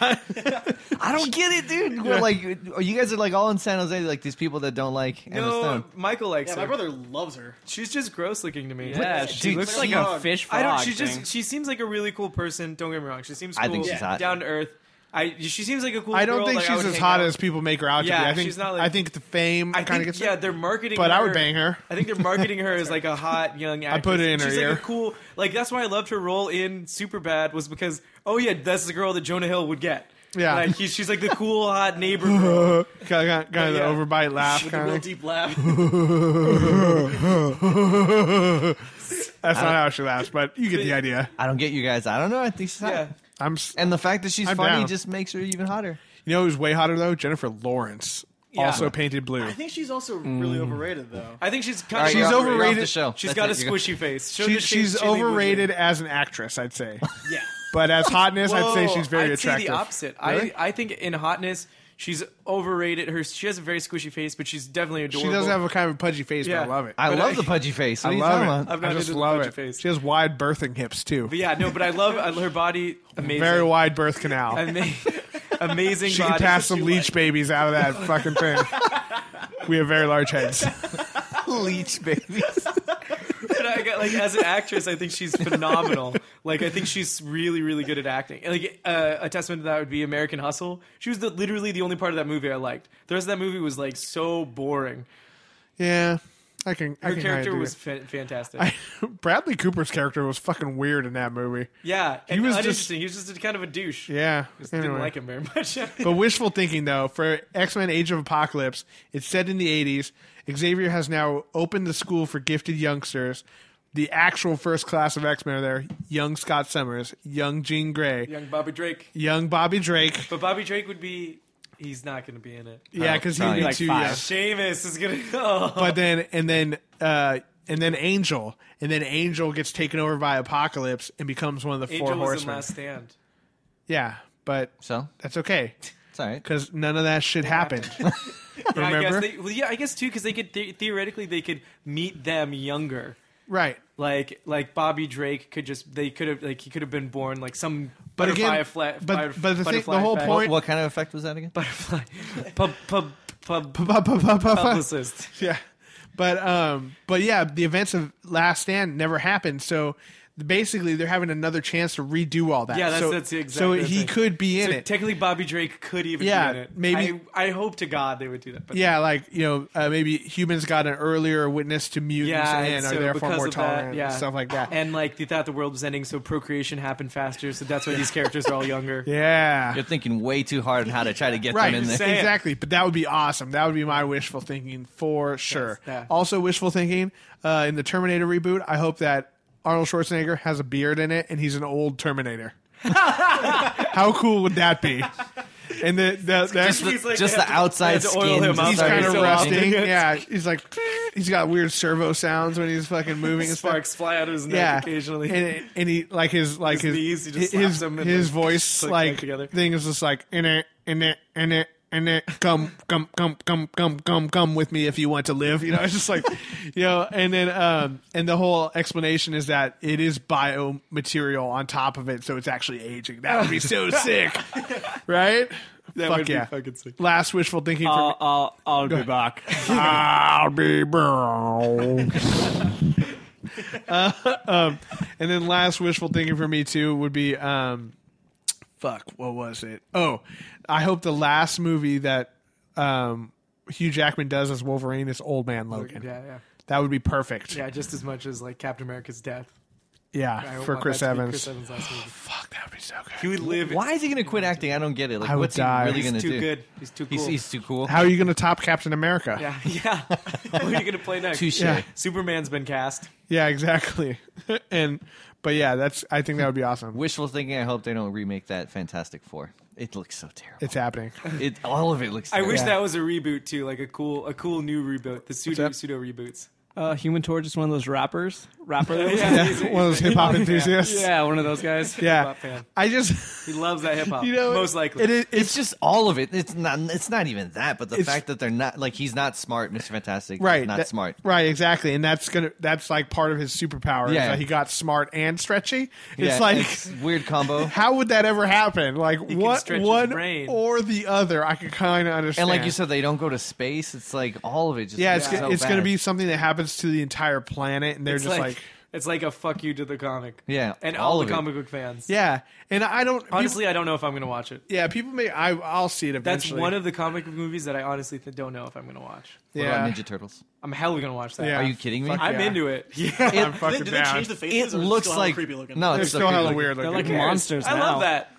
S3: I don't get it, dude. We're like, you guys are like all in San Jose, like these people that don't like Emma
S8: No,
S3: Stone.
S8: Michael likes
S5: Yeah,
S8: her.
S5: my brother loves her.
S8: She's just gross looking to me.
S2: Yeah, she
S3: Dude,
S2: looks
S3: she-
S2: like a fish frog.
S8: I don't. She
S2: thing.
S8: just. She seems like a really cool person. Don't get me wrong. She seems. Cool,
S3: I think she's hot.
S8: Down to earth. I. She seems like a cool.
S1: I don't
S8: girl,
S1: think
S8: like, I
S1: she's
S8: would
S1: as
S8: hang
S1: hot
S8: out.
S1: as people make her out to
S8: Yeah,
S1: be. I think
S8: she's not like-
S1: I think the fame
S8: I
S1: kind
S8: think,
S1: of gets
S8: yeah,
S1: her.
S8: they're marketing.
S1: But
S8: her,
S1: I would bang her.
S8: I think they're marketing her as like a hot young actress.
S1: put it in
S8: And
S1: her
S8: she's
S1: ear.
S8: Like a cool, like that's why I loved her role in Superbad was because oh yeah, that's the girl that Jonah Hill would get.
S1: Yeah.
S8: like he's, she's like the cool hot neighbor. girl.
S1: kind of, kind of the
S8: Yeah.
S1: overbite laugh.
S5: With a
S1: Kind
S5: real
S1: of.
S5: deep laugh.
S1: That's not how she laughs, but you get the idea.
S3: I don't get you guys. I don't know. I think she's hot.
S8: yeah,
S1: I'm. s-
S3: And the fact that she's
S1: I'm
S3: funny
S1: down.
S3: just makes her even hotter.
S1: You know who's way hotter though? Jennifer Lawrence, also painted blue.
S5: I think she's also really overrated, though.
S8: I think she's
S3: All
S8: kind
S3: right,
S8: of.
S3: you're
S1: She's
S3: off- you're off
S1: overrated.
S3: the show.
S8: She's
S3: That's
S8: got
S3: it.
S8: a
S3: You're good.
S8: squishy face. Show
S1: She-
S8: the shape
S1: she's
S8: Shailene Woodley.
S1: overrated as an actress, I'd say.
S5: Yeah.
S1: But as hotness,
S8: Whoa,
S1: I'd say she's very
S8: I'd
S1: attractive.
S8: Say the opposite.
S1: Really?
S8: I I think in hotness she's overrated. Her she has a very squishy face, but she's definitely
S1: she
S8: adorable.
S1: does have a kind of a pudgy face, but
S8: Yeah.
S1: I love it.
S3: I
S8: But
S3: love
S8: I-
S3: the pudgy face. What
S1: I
S3: are you
S1: love
S3: talking
S1: it.
S3: about?
S8: I've not
S1: I just
S8: into the
S1: love
S8: pudgy
S1: it.
S8: face.
S1: She has wide birthing hips too.
S8: But yeah, no, but I love I- her body. Amazing.
S1: Very wide birth canal.
S8: Amazing. amazing
S1: she can
S8: body.
S1: pass some leech babies out of that fucking thing. we have very large heads.
S3: Leech baby.
S8: And I got like as an actress, I think she's phenomenal. Like I think she's really, really good at acting. And, Like uh, a testament to that would be American Hustle. She was the, literally the only part of that movie I liked. The rest of that movie was like so boring.
S1: Yeah, I can. I
S8: Her
S1: can
S8: character
S1: kinda do
S8: was
S1: it.
S8: fa- fantastic.
S1: Bradley Cooper's character was fucking weird in that movie.
S8: yeah,
S1: He
S8: and
S1: was just-
S8: uninteresting. he was just a kind of a douche.
S1: Yeah,
S8: Didn't
S1: anyway.
S8: like him very much.
S1: But wishful thinking, though, for X Men Age of Apocalypse, it's set in the 80s. Xavier has now opened the school for gifted youngsters. The actual first class of X Men are there young Scott Summers, young Jean Grey,
S8: Young Bobby Drake.
S1: young Bobby Drake.
S8: But Bobby Drake would be. He's not going to be in it.
S1: Yeah, because
S8: uh,
S1: he'd
S3: probably
S1: be
S3: like
S1: too
S2: five.
S1: young.
S8: Seamus is going to. Oh.
S1: But then, and then, uh, and then Angel, and then Angel gets taken over by Apocalypse and becomes one of the four
S8: Angel was in
S1: horsemen.
S8: Last Stand.
S1: Yeah, but
S3: So
S1: that's okay
S3: it's all right.
S1: because none of that shit happened.
S8: Yeah,
S1: Remember?
S8: I guess they, well, yeah, I guess too, because they could the- theoretically they could meet them younger.
S1: right.
S8: Like like Bobby Drake could just they could have like he could have been born like some
S1: But
S8: butterfly
S1: again,
S8: flat.
S1: but-
S8: butterf-
S1: but the thing- the
S8: butterfly
S1: whole
S8: effect.
S1: point-
S3: What kind of effect was that again?
S8: butterfly pub pub pub publicist.
S1: yeah but um but yeah the events of last stand never happened so basically they're having another chance to redo all that
S8: Yeah, that's-
S1: so,
S8: that's exactly
S1: so
S8: the
S1: he
S8: thing.
S1: could be in
S8: So
S1: it
S8: technically, Bobby Drake could even
S1: Yeah,
S8: be in it.
S1: maybe-
S8: I, I hope to God they would do that. But
S1: yeah like you know uh, maybe humans got an earlier witness to mutants
S8: Yeah,
S1: and
S8: and
S1: are
S8: so
S1: therefore
S8: because
S1: more
S8: of that,
S1: tolerant
S8: yeah.
S1: and stuff like that
S8: and like they thought the world was ending, so procreation happened faster. So that's why these characters are all younger.
S1: yeah
S3: You're thinking way too hard on how to try to get
S1: Right,
S3: them in there.
S8: Say it.
S1: exactly. But that would be awesome. That would be my wishful thinking for sure.
S8: yeah.
S1: Also, wishful thinking uh, in the Terminator reboot. I hope that Arnold Schwarzenegger has a beard in it and he's an old Terminator. How cool would that be? And the the,
S3: Just
S1: the
S8: He's
S3: the,
S8: like,
S3: just
S8: they
S3: the
S8: have to- they
S3: outside
S8: have to oil
S3: skin.
S8: him up.
S3: just
S1: he's
S8: Sorry,
S1: kind
S3: started
S1: of
S8: so
S3: rusting.
S1: rusting. Yeah, he's like he's got weird servo sounds when he's fucking moving and stuff.
S8: Sparks fly out of his neck
S1: Yeah,
S8: occasionally.
S1: and, and he like his like his
S8: His knees, he just
S1: his
S8: slaps them and
S1: his
S8: they
S1: voice
S8: click
S1: like
S8: back together.
S1: thing is just like in it in it in it in it come come come come come come come with me if you want to live. You know, it's just like you know, and then um and the whole explanation is that it is biomaterial on top of it, so it's actually aging. That would be so sick, right? That Fuck
S8: would be
S1: yeah.
S8: fucking sick.
S1: Last wishful thinking for
S2: I'll, I'll, I'll be back.
S1: me. I'll be brown. Uh, um, And then last wishful thinking for me too would be um fuck, what was it? Oh, I hope the last movie that um Hugh Jackman does as Wolverine is Old Man Logan.
S8: Oh, Yeah, yeah.
S1: That would be perfect. Yeah,
S8: Yeah, just as much as like Captain America's death. I hope
S1: for
S8: my
S1: Chris
S8: best be
S1: Evans.
S8: Chris Evans last movie.
S1: Fuck, that would be so good.
S8: He would live.
S3: Why is he going to quit acting? I don't get it. Like,
S1: I would
S3: what's
S1: die.
S3: he really
S1: He's
S3: going to
S8: He's
S3: do?
S8: too good. He's too cool.
S3: He's, he's too cool.
S1: How are you going to top Captain America?
S8: yeah, yeah. Who are you gonna play next?
S3: Touche.
S1: Yeah.
S8: Superman's been cast.
S1: Yeah, exactly. and but yeah, that's I think that would be awesome.
S3: Wishful thinking. I hope they don't remake that Fantastic Four. It looks so terrible.
S1: It's happening.
S3: It, all of it looks.
S8: I
S3: Terrible.
S8: wish that was a reboot too, like a cool, a cool new reboot. The pseudo
S1: that?
S8: pseudo reboots.
S2: Uh, Human Torch is one of those rappers. rapper. That was-
S8: Yeah, he's-
S1: One of those hip hop enthusiasts.
S2: yeah, one of those guys.
S1: Yeah.
S8: Hip-hop fan.
S1: I just,
S8: He loves that hip hop.
S1: you know,
S8: most likely.
S1: it is.
S3: It's just all of it. It's not. It's not even that. But the
S1: It's-
S3: fact that they're not like he's not smart, Mister Fantastic.
S1: right
S3: Not
S1: that-
S3: smart.
S1: right exactly and that's gonna that's like part of his superpower is
S3: Yeah.
S1: that he got smart and stretchy it's
S3: Yeah,
S1: like
S3: it's weird combo.
S1: how would that ever happen like what
S8: stretch his
S1: one
S8: brain.
S1: or the other i could kind of
S3: And
S1: understand
S3: like you said, they don't go to space. It's like all of it. Just
S1: yeah it's,
S3: so
S1: go- it's gonna
S3: bad.
S1: be something that happens to the entire planet and they're
S8: it's
S1: just
S8: like,
S1: like,
S8: it's like a fuck you to the comic.
S3: Yeah,
S8: and
S3: all
S8: all,
S3: of
S8: the
S3: it.
S8: comic book fans.
S1: yeah and i don't people-
S8: honestly, I don't know if I'm gonna watch it.
S1: yeah people may i i'll see it
S8: That's
S1: eventually
S8: one of the comic book movies that I honestly th- don't know if I'm gonna watch.
S3: What
S1: yeah
S3: about Ninja Turtles?
S8: I'm hella gonna watch that.
S1: Yeah.
S3: Are you kidding me?
S1: Fuck
S8: I'm
S1: yeah.
S8: into it. Yeah,
S5: Did
S1: fucking
S5: they, did they
S1: down.
S5: change the
S3: It
S5: faces? or is
S3: looks
S5: still
S3: like
S5: creepy looking.
S3: no.
S1: they're
S3: It's
S1: still hella
S3: creepy.
S1: weird
S8: they're
S1: looking
S8: like
S2: Like monsters
S8: I
S2: now.
S8: love that.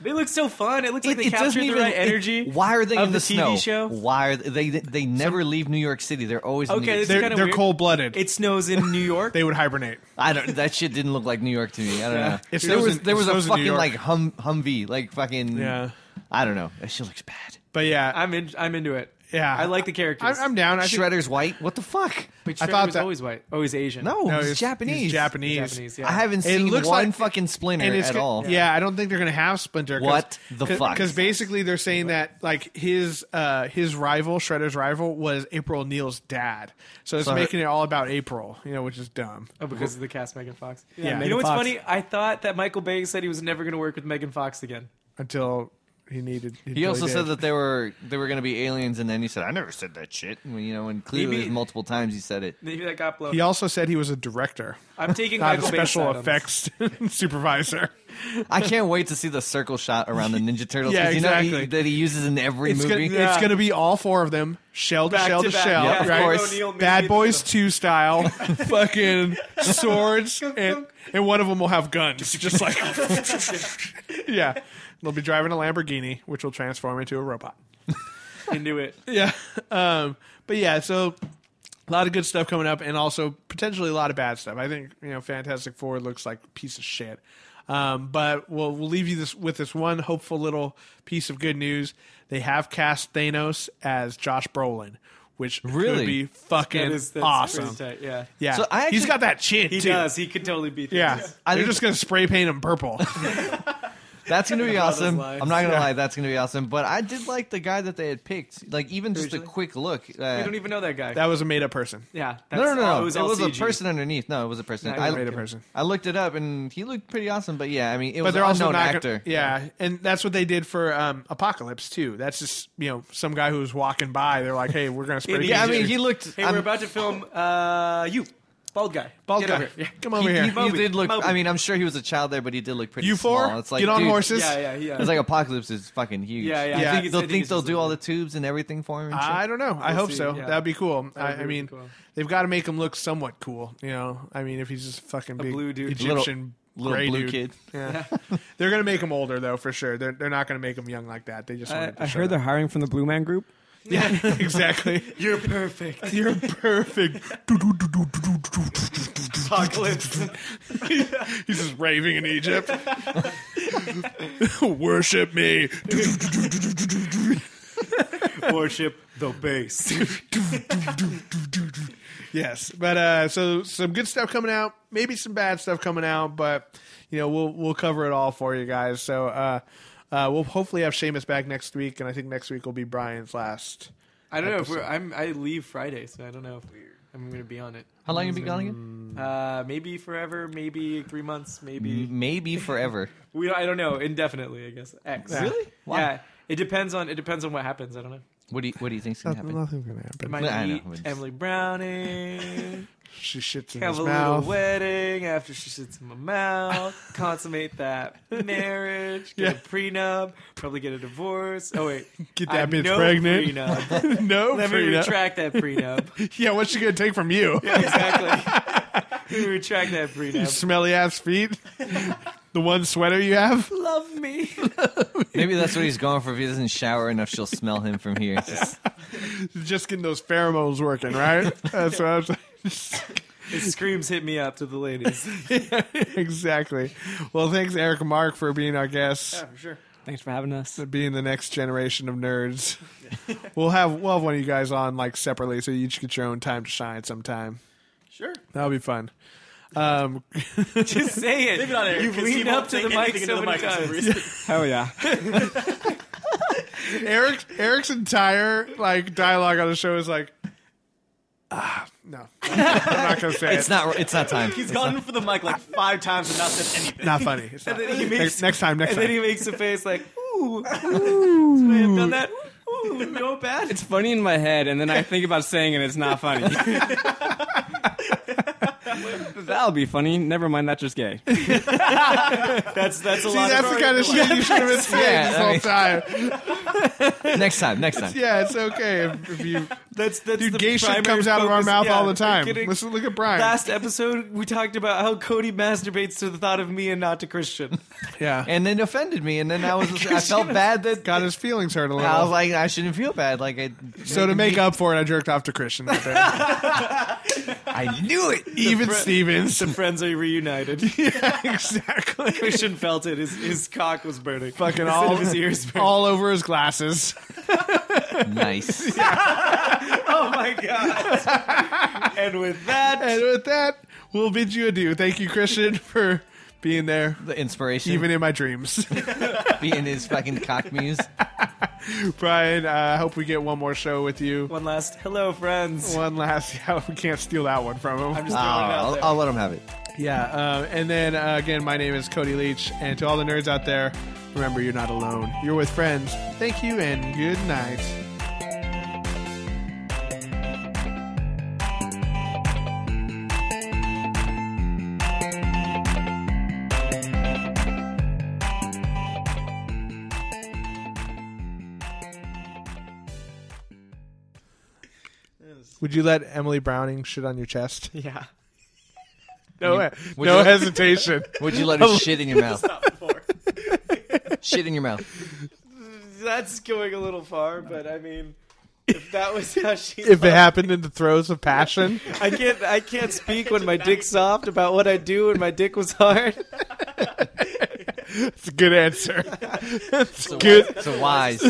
S8: They look so fun. It looks like they
S3: it doesn't
S8: captured
S3: even
S8: the right
S3: it-
S8: energy.
S3: why are they
S8: of
S3: in
S8: the,
S3: the,
S8: TV
S3: snow?
S8: show?
S3: Why are they? They, they never leave New York City. They're always In
S8: Okay,
S3: New York
S8: it's
S1: they're,
S8: kinda
S1: they're
S8: weird.
S1: cold-blooded
S8: It snows in New York.
S1: they would hibernate
S3: I don't. That shit didn't look like New York to me. I don't know.
S1: It
S3: there
S1: snows
S3: was
S1: in-
S3: there
S1: it
S3: was a
S1: snows in New
S3: fucking
S1: York.
S3: like hum Humvee, like fucking.
S1: Yeah.
S3: I don't know. That shit looks bad.
S1: but yeah
S8: I'm in. I'm into it.
S1: yeah
S8: I like the characters.
S1: i'm, I'm down i think
S3: Shredder's white. What the fuck?
S8: But Shredder
S1: I thought
S8: was
S1: that-
S8: always white. Always Asian.
S3: No,
S1: no,
S3: he's
S1: it's-
S3: Japanese.
S1: he's japanese
S8: Japanese. Yeah.
S3: I haven't
S1: It
S3: seen
S1: looks
S3: one
S1: like-
S3: fucking splinter
S1: and it's
S3: at
S1: go-
S3: all.
S1: Yeah, I don't think they're gonna have Splinter. 'cause-
S3: What the fuck?
S1: Because basically they're saying that like his uh his rival, Shredder's rival, was April O'Neil's dad. So it's
S3: So-
S1: making it all about April, you know, which is dumb.
S8: Oh, because of the cast Megan Fox.
S1: Yeah.
S8: you
S1: Megan
S8: know what's
S2: Fox.
S8: funny? I thought that Michael Bay said he was never going to work with Megan Fox again.
S1: Until he needed.
S3: He
S1: until
S3: also
S1: did.
S3: said that they were they were going to be aliens, and then he said, "I never said that shit." Well, you know, and clearly,
S8: Maybe-
S3: there's multiple times he said it.
S8: Maybe that got blown.
S1: He also said he was a director,
S8: I'm taking
S1: not a
S8: Michael
S1: special
S8: Bay's side on this.
S1: effects supervisor.
S3: I can't wait to see the circle shot around the Ninja Turtles.
S1: Yeah,
S3: 'cause you know he-
S1: exactly.
S3: that he uses in every
S1: It's gonna,
S3: movie.
S1: it's gonna be all four of them, shell to
S8: Back
S1: shell
S8: to
S1: to,
S8: back.
S1: shell,
S8: Yeah,
S1: right?
S3: course.
S8: O'Neal, maybe
S1: Bad
S8: it's
S1: Boys
S8: a-
S1: Two style, fucking swords, and, and one of them will have guns, just like yeah. They'll be driving a Lamborghini, which will transform into a robot.
S8: into it.
S1: Yeah, um, but yeah, so a lot of good stuff coming up, and also potentially a lot of bad stuff. I think you know, Fantastic Four looks like a piece of shit. Um, but we'll, we'll leave you this with this one hopeful little piece of good news. They have cast Thanos as Josh Brolin, which
S3: Really?
S1: could be fucking
S8: That is that's
S1: awesome.
S8: pretty tight, Yeah,
S1: Yeah,
S3: So I
S1: he's
S3: actually-
S1: got that chin
S8: he
S1: too.
S8: does. He could totally beat.
S1: Yeah,
S8: Thanos.
S1: they're just gonna spray paint him purple.
S3: That's gonna be
S8: those
S3: awesome.
S8: lines.
S3: I'm not gonna lie, that's gonna be awesome. But I did like the guy that they had picked. Like even just a
S8: Originally?
S3: quick look. Uh,
S8: I don't even know that guy.
S1: that was a made up person.
S8: yeah, that's
S3: no, no, no,
S8: all-
S3: no.
S8: Oh, It was,
S3: it
S8: all
S3: was a
S8: CG.
S3: person underneath. No, it was a person.
S8: No,
S3: I,
S8: it was
S1: a person.
S3: I looked it up and he looked pretty awesome. But yeah, I mean, it was
S1: but they're
S3: an
S1: also
S3: unknown
S1: not
S3: actor.
S1: Gonna, yeah, and that's what they did for um, Apocalypse too. That's just you know some guy who was walking by. They're like, hey, we're gonna spray.
S3: yeah. I
S1: paint you."
S3: mean, he looked.
S8: E Hey,
S3: I'm-
S8: we're about to film. Uh, you, bald guy,
S1: bald
S8: Get
S1: guy.
S8: over here. Yeah.
S1: Come over
S3: he,
S1: here.
S3: he- he
S8: Moby.
S3: did look.
S8: Moby.
S3: I mean, I'm sure he was a child there, but he did look pretty
S1: you four,
S3: small. It's like
S1: get on
S3: dude,
S1: horses.
S8: yeah, yeah, yeah.
S3: It's like Apocalypse is fucking huge.
S8: Yeah, yeah, I
S1: Yeah.
S8: think it's-
S3: They'll
S8: I think
S3: think
S8: it's
S3: they'll
S8: just
S3: do
S8: like-
S3: all the tubes and everything for him. And shit.
S1: I don't know. I hope
S8: see,
S1: so.
S8: yeah.
S1: That'd be cool.
S8: That would
S1: I,
S8: be
S1: I mean,
S8: really cool.
S1: they've got to make him look somewhat cool. You know, I mean, if he's just fucking big
S8: blue dude.
S1: Egyptian
S3: Little- little
S1: gray
S3: blue
S1: dude.
S3: kid.
S1: Yeah. they're gonna make him older though for sure. They're they're not gonna make him young like that. They just wanted to
S2: I
S1: show
S2: heard
S1: that.
S2: they're hiring from the Blue Man Group.
S1: Yeah, exactly.
S8: You're perfect.
S1: You're perfect.
S8: Apocalypse.
S1: He's just raving in Egypt. Worship me.
S8: Worship the base.
S1: yes, but uh, so some good stuff coming out, maybe some bad stuff coming out, but you know we'll we'll cover it all for you guys. So uh, uh, we'll hopefully have Seamus back next week, and I think next week will be Brian's last.
S8: I don't know if we're. I'm. I leave Friday, so I don't know if we're. I'm gonna be on it.
S3: How long you been gone again?
S8: Uh, maybe forever. Maybe three months. Maybe
S3: Maybe forever.
S8: we. I don't know. Indefinitely, I guess. X.
S3: Really? Why?
S8: Yeah. It depends on. It depends on what happens. I don't know.
S3: What do you What do you think's gonna happen?
S1: Nothing's gonna happen.
S8: Might
S3: Yeah, I know.
S8: meet Emily Browning.
S1: She shits in
S8: Have
S1: his
S8: a little
S1: mouth.
S8: wedding after she sits in my mouth. Consummate that marriage. Get a prenup. Probably get a divorce. Oh wait,
S1: Get that
S8: I
S1: bitch
S8: know
S1: pregnant.
S8: Prenup.
S1: no,
S8: Let me
S1: Frida.
S8: retract that prenup.
S1: Yeah, what's she gonna take from you?
S8: exactly. Let me retract that prenup.
S1: Smelly ass feet. the one sweater you have.
S8: Love me.
S3: Maybe that's what he's going for. If he doesn't shower enough, she'll smell him from here.
S1: Just getting those pheromones working, right? That's what I'm saying.
S8: It screams "Hit me up" to the ladies.
S1: exactly. Well, thanks, Eric and Mark, for being our guests,
S8: for sure.
S2: Thanks for having us.
S1: being the next generation of nerds. we'll have we'll have one of you guys on like separately, so you each get your own time to shine sometime.
S8: Sure.
S1: That'll be fun. Um,
S8: Just say it.
S5: Leave it on air.
S8: You've
S5: 'cause he
S8: leaned
S5: won't
S8: up to
S5: say
S8: the
S5: anything
S8: mic
S5: into
S8: so
S5: the
S8: many
S5: mic for some
S8: times.
S5: reason.
S2: Hell yeah.
S1: Eric Eric's entire like dialogue on the show is like, ah, no, I'm not gonna say
S3: It's
S1: it.
S3: not. It's not time.
S5: He's gone for the mic like five times and not said anything.
S1: Not funny. It's not.
S8: And then he
S1: Next,
S8: makes,
S1: next time, next
S8: and then
S1: time.
S8: he makes a face like, ooh, ooh. Should I have done that? Ooh, no bad.
S2: It's funny in my head, and then I think about saying it, it's not funny. That'll be funny. Never mind, that's just gay.
S5: That's that's a
S1: See,
S5: lot.
S1: that's
S5: of
S1: the kind of shit you should have been saying
S3: Yeah,
S1: this
S3: I
S1: whole
S3: mean-
S1: time.
S3: next time. Next time.
S1: Yeah, it's okay if, if you.
S8: That's that's
S1: Dude,
S8: the
S1: gay shit
S8: primary
S1: comes out of our
S8: focus-
S1: mouth
S8: yeah,
S1: all the
S8: you're
S1: time.
S8: kidding.
S1: Listen, look at Brian.
S8: Last episode, we talked about how Cody masturbates to the thought of me and not to Christian.
S1: yeah,
S3: And then offended me, and then I was. I felt bad that.
S1: got his feelings hurt a little.
S3: I was like, I shouldn't feel bad. Like I.
S1: so to make up for it, I jerked off to Christian. Right there.
S3: I knew it.
S1: Even Stevens.
S8: Friends are reunited.
S1: yeah, exactly.
S8: Christian felt it. His, his cock was burning.
S1: Fucking
S8: Instead
S1: all
S8: of his ears burning.
S1: all over his glasses.
S3: Nice.
S8: Oh my god! and with that,
S1: And with that, we'll bid you adieu. Thank you, Christian, for being there,
S3: The inspiration.
S1: even in my dreams.
S3: being his fucking cock muse.
S1: Brian, uh, I hope we get one more show with you.
S8: one last hello, friends.
S1: One last, yeah, we can't steal that one from him.
S8: I'm just
S3: Oh,
S8: throwing it out
S3: I'll,
S8: there.
S3: I'll let him have it.
S1: yeah, uh, and then uh, again, my name is Cody Leach, and to all the nerds out there, remember you're not alone. You're with friends. Thank you, and good night. Would you let Emily Browning shit on your chest?
S8: yeah.
S1: No, way.
S3: would
S1: no
S3: you-
S1: hesitation.
S3: Would you let him shit in your mouth? shit in your mouth.
S8: That's going a little far, but I mean, if that was how she,
S1: if it happened in the throes of passion,
S8: I can't, I can't speak when my dick's soft about what I do when my dick was hard.
S1: it's a good answer.
S3: It's a
S1: Good.
S3: It's a wise,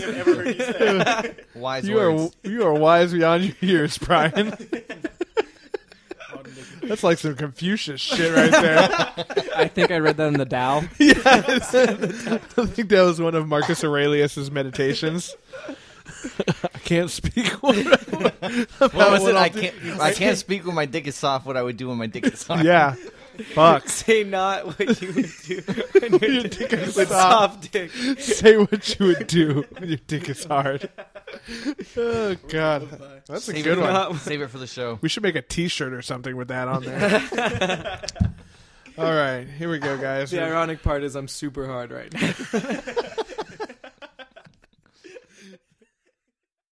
S3: wise
S1: You are
S3: words.
S1: you are wise beyond your years, Brian. That's like some Confucius shit right there.
S2: I think I read that in the Dow.
S1: yes. I think that was one of Marcus Aurelius's meditations. I can't speak.
S3: What was
S1: What
S3: it? I
S1: I'll do-
S3: can't. I can't speak when my dick is soft. What I would do when my dick is hard.
S1: yeah, fuck.
S8: Say not what you would do when your,
S1: Your
S8: dick
S1: dick is
S8: with
S1: soft.
S8: soft dick.
S1: Say what you would do when your dick is hard. Oh God, that's a
S3: Save
S1: good
S3: it,
S1: one.
S8: one.
S3: Save it for the show.
S1: We should make a T-shirt or something with that on there. All right, here we go, guys.
S8: The ironic part is I'm super hard right now.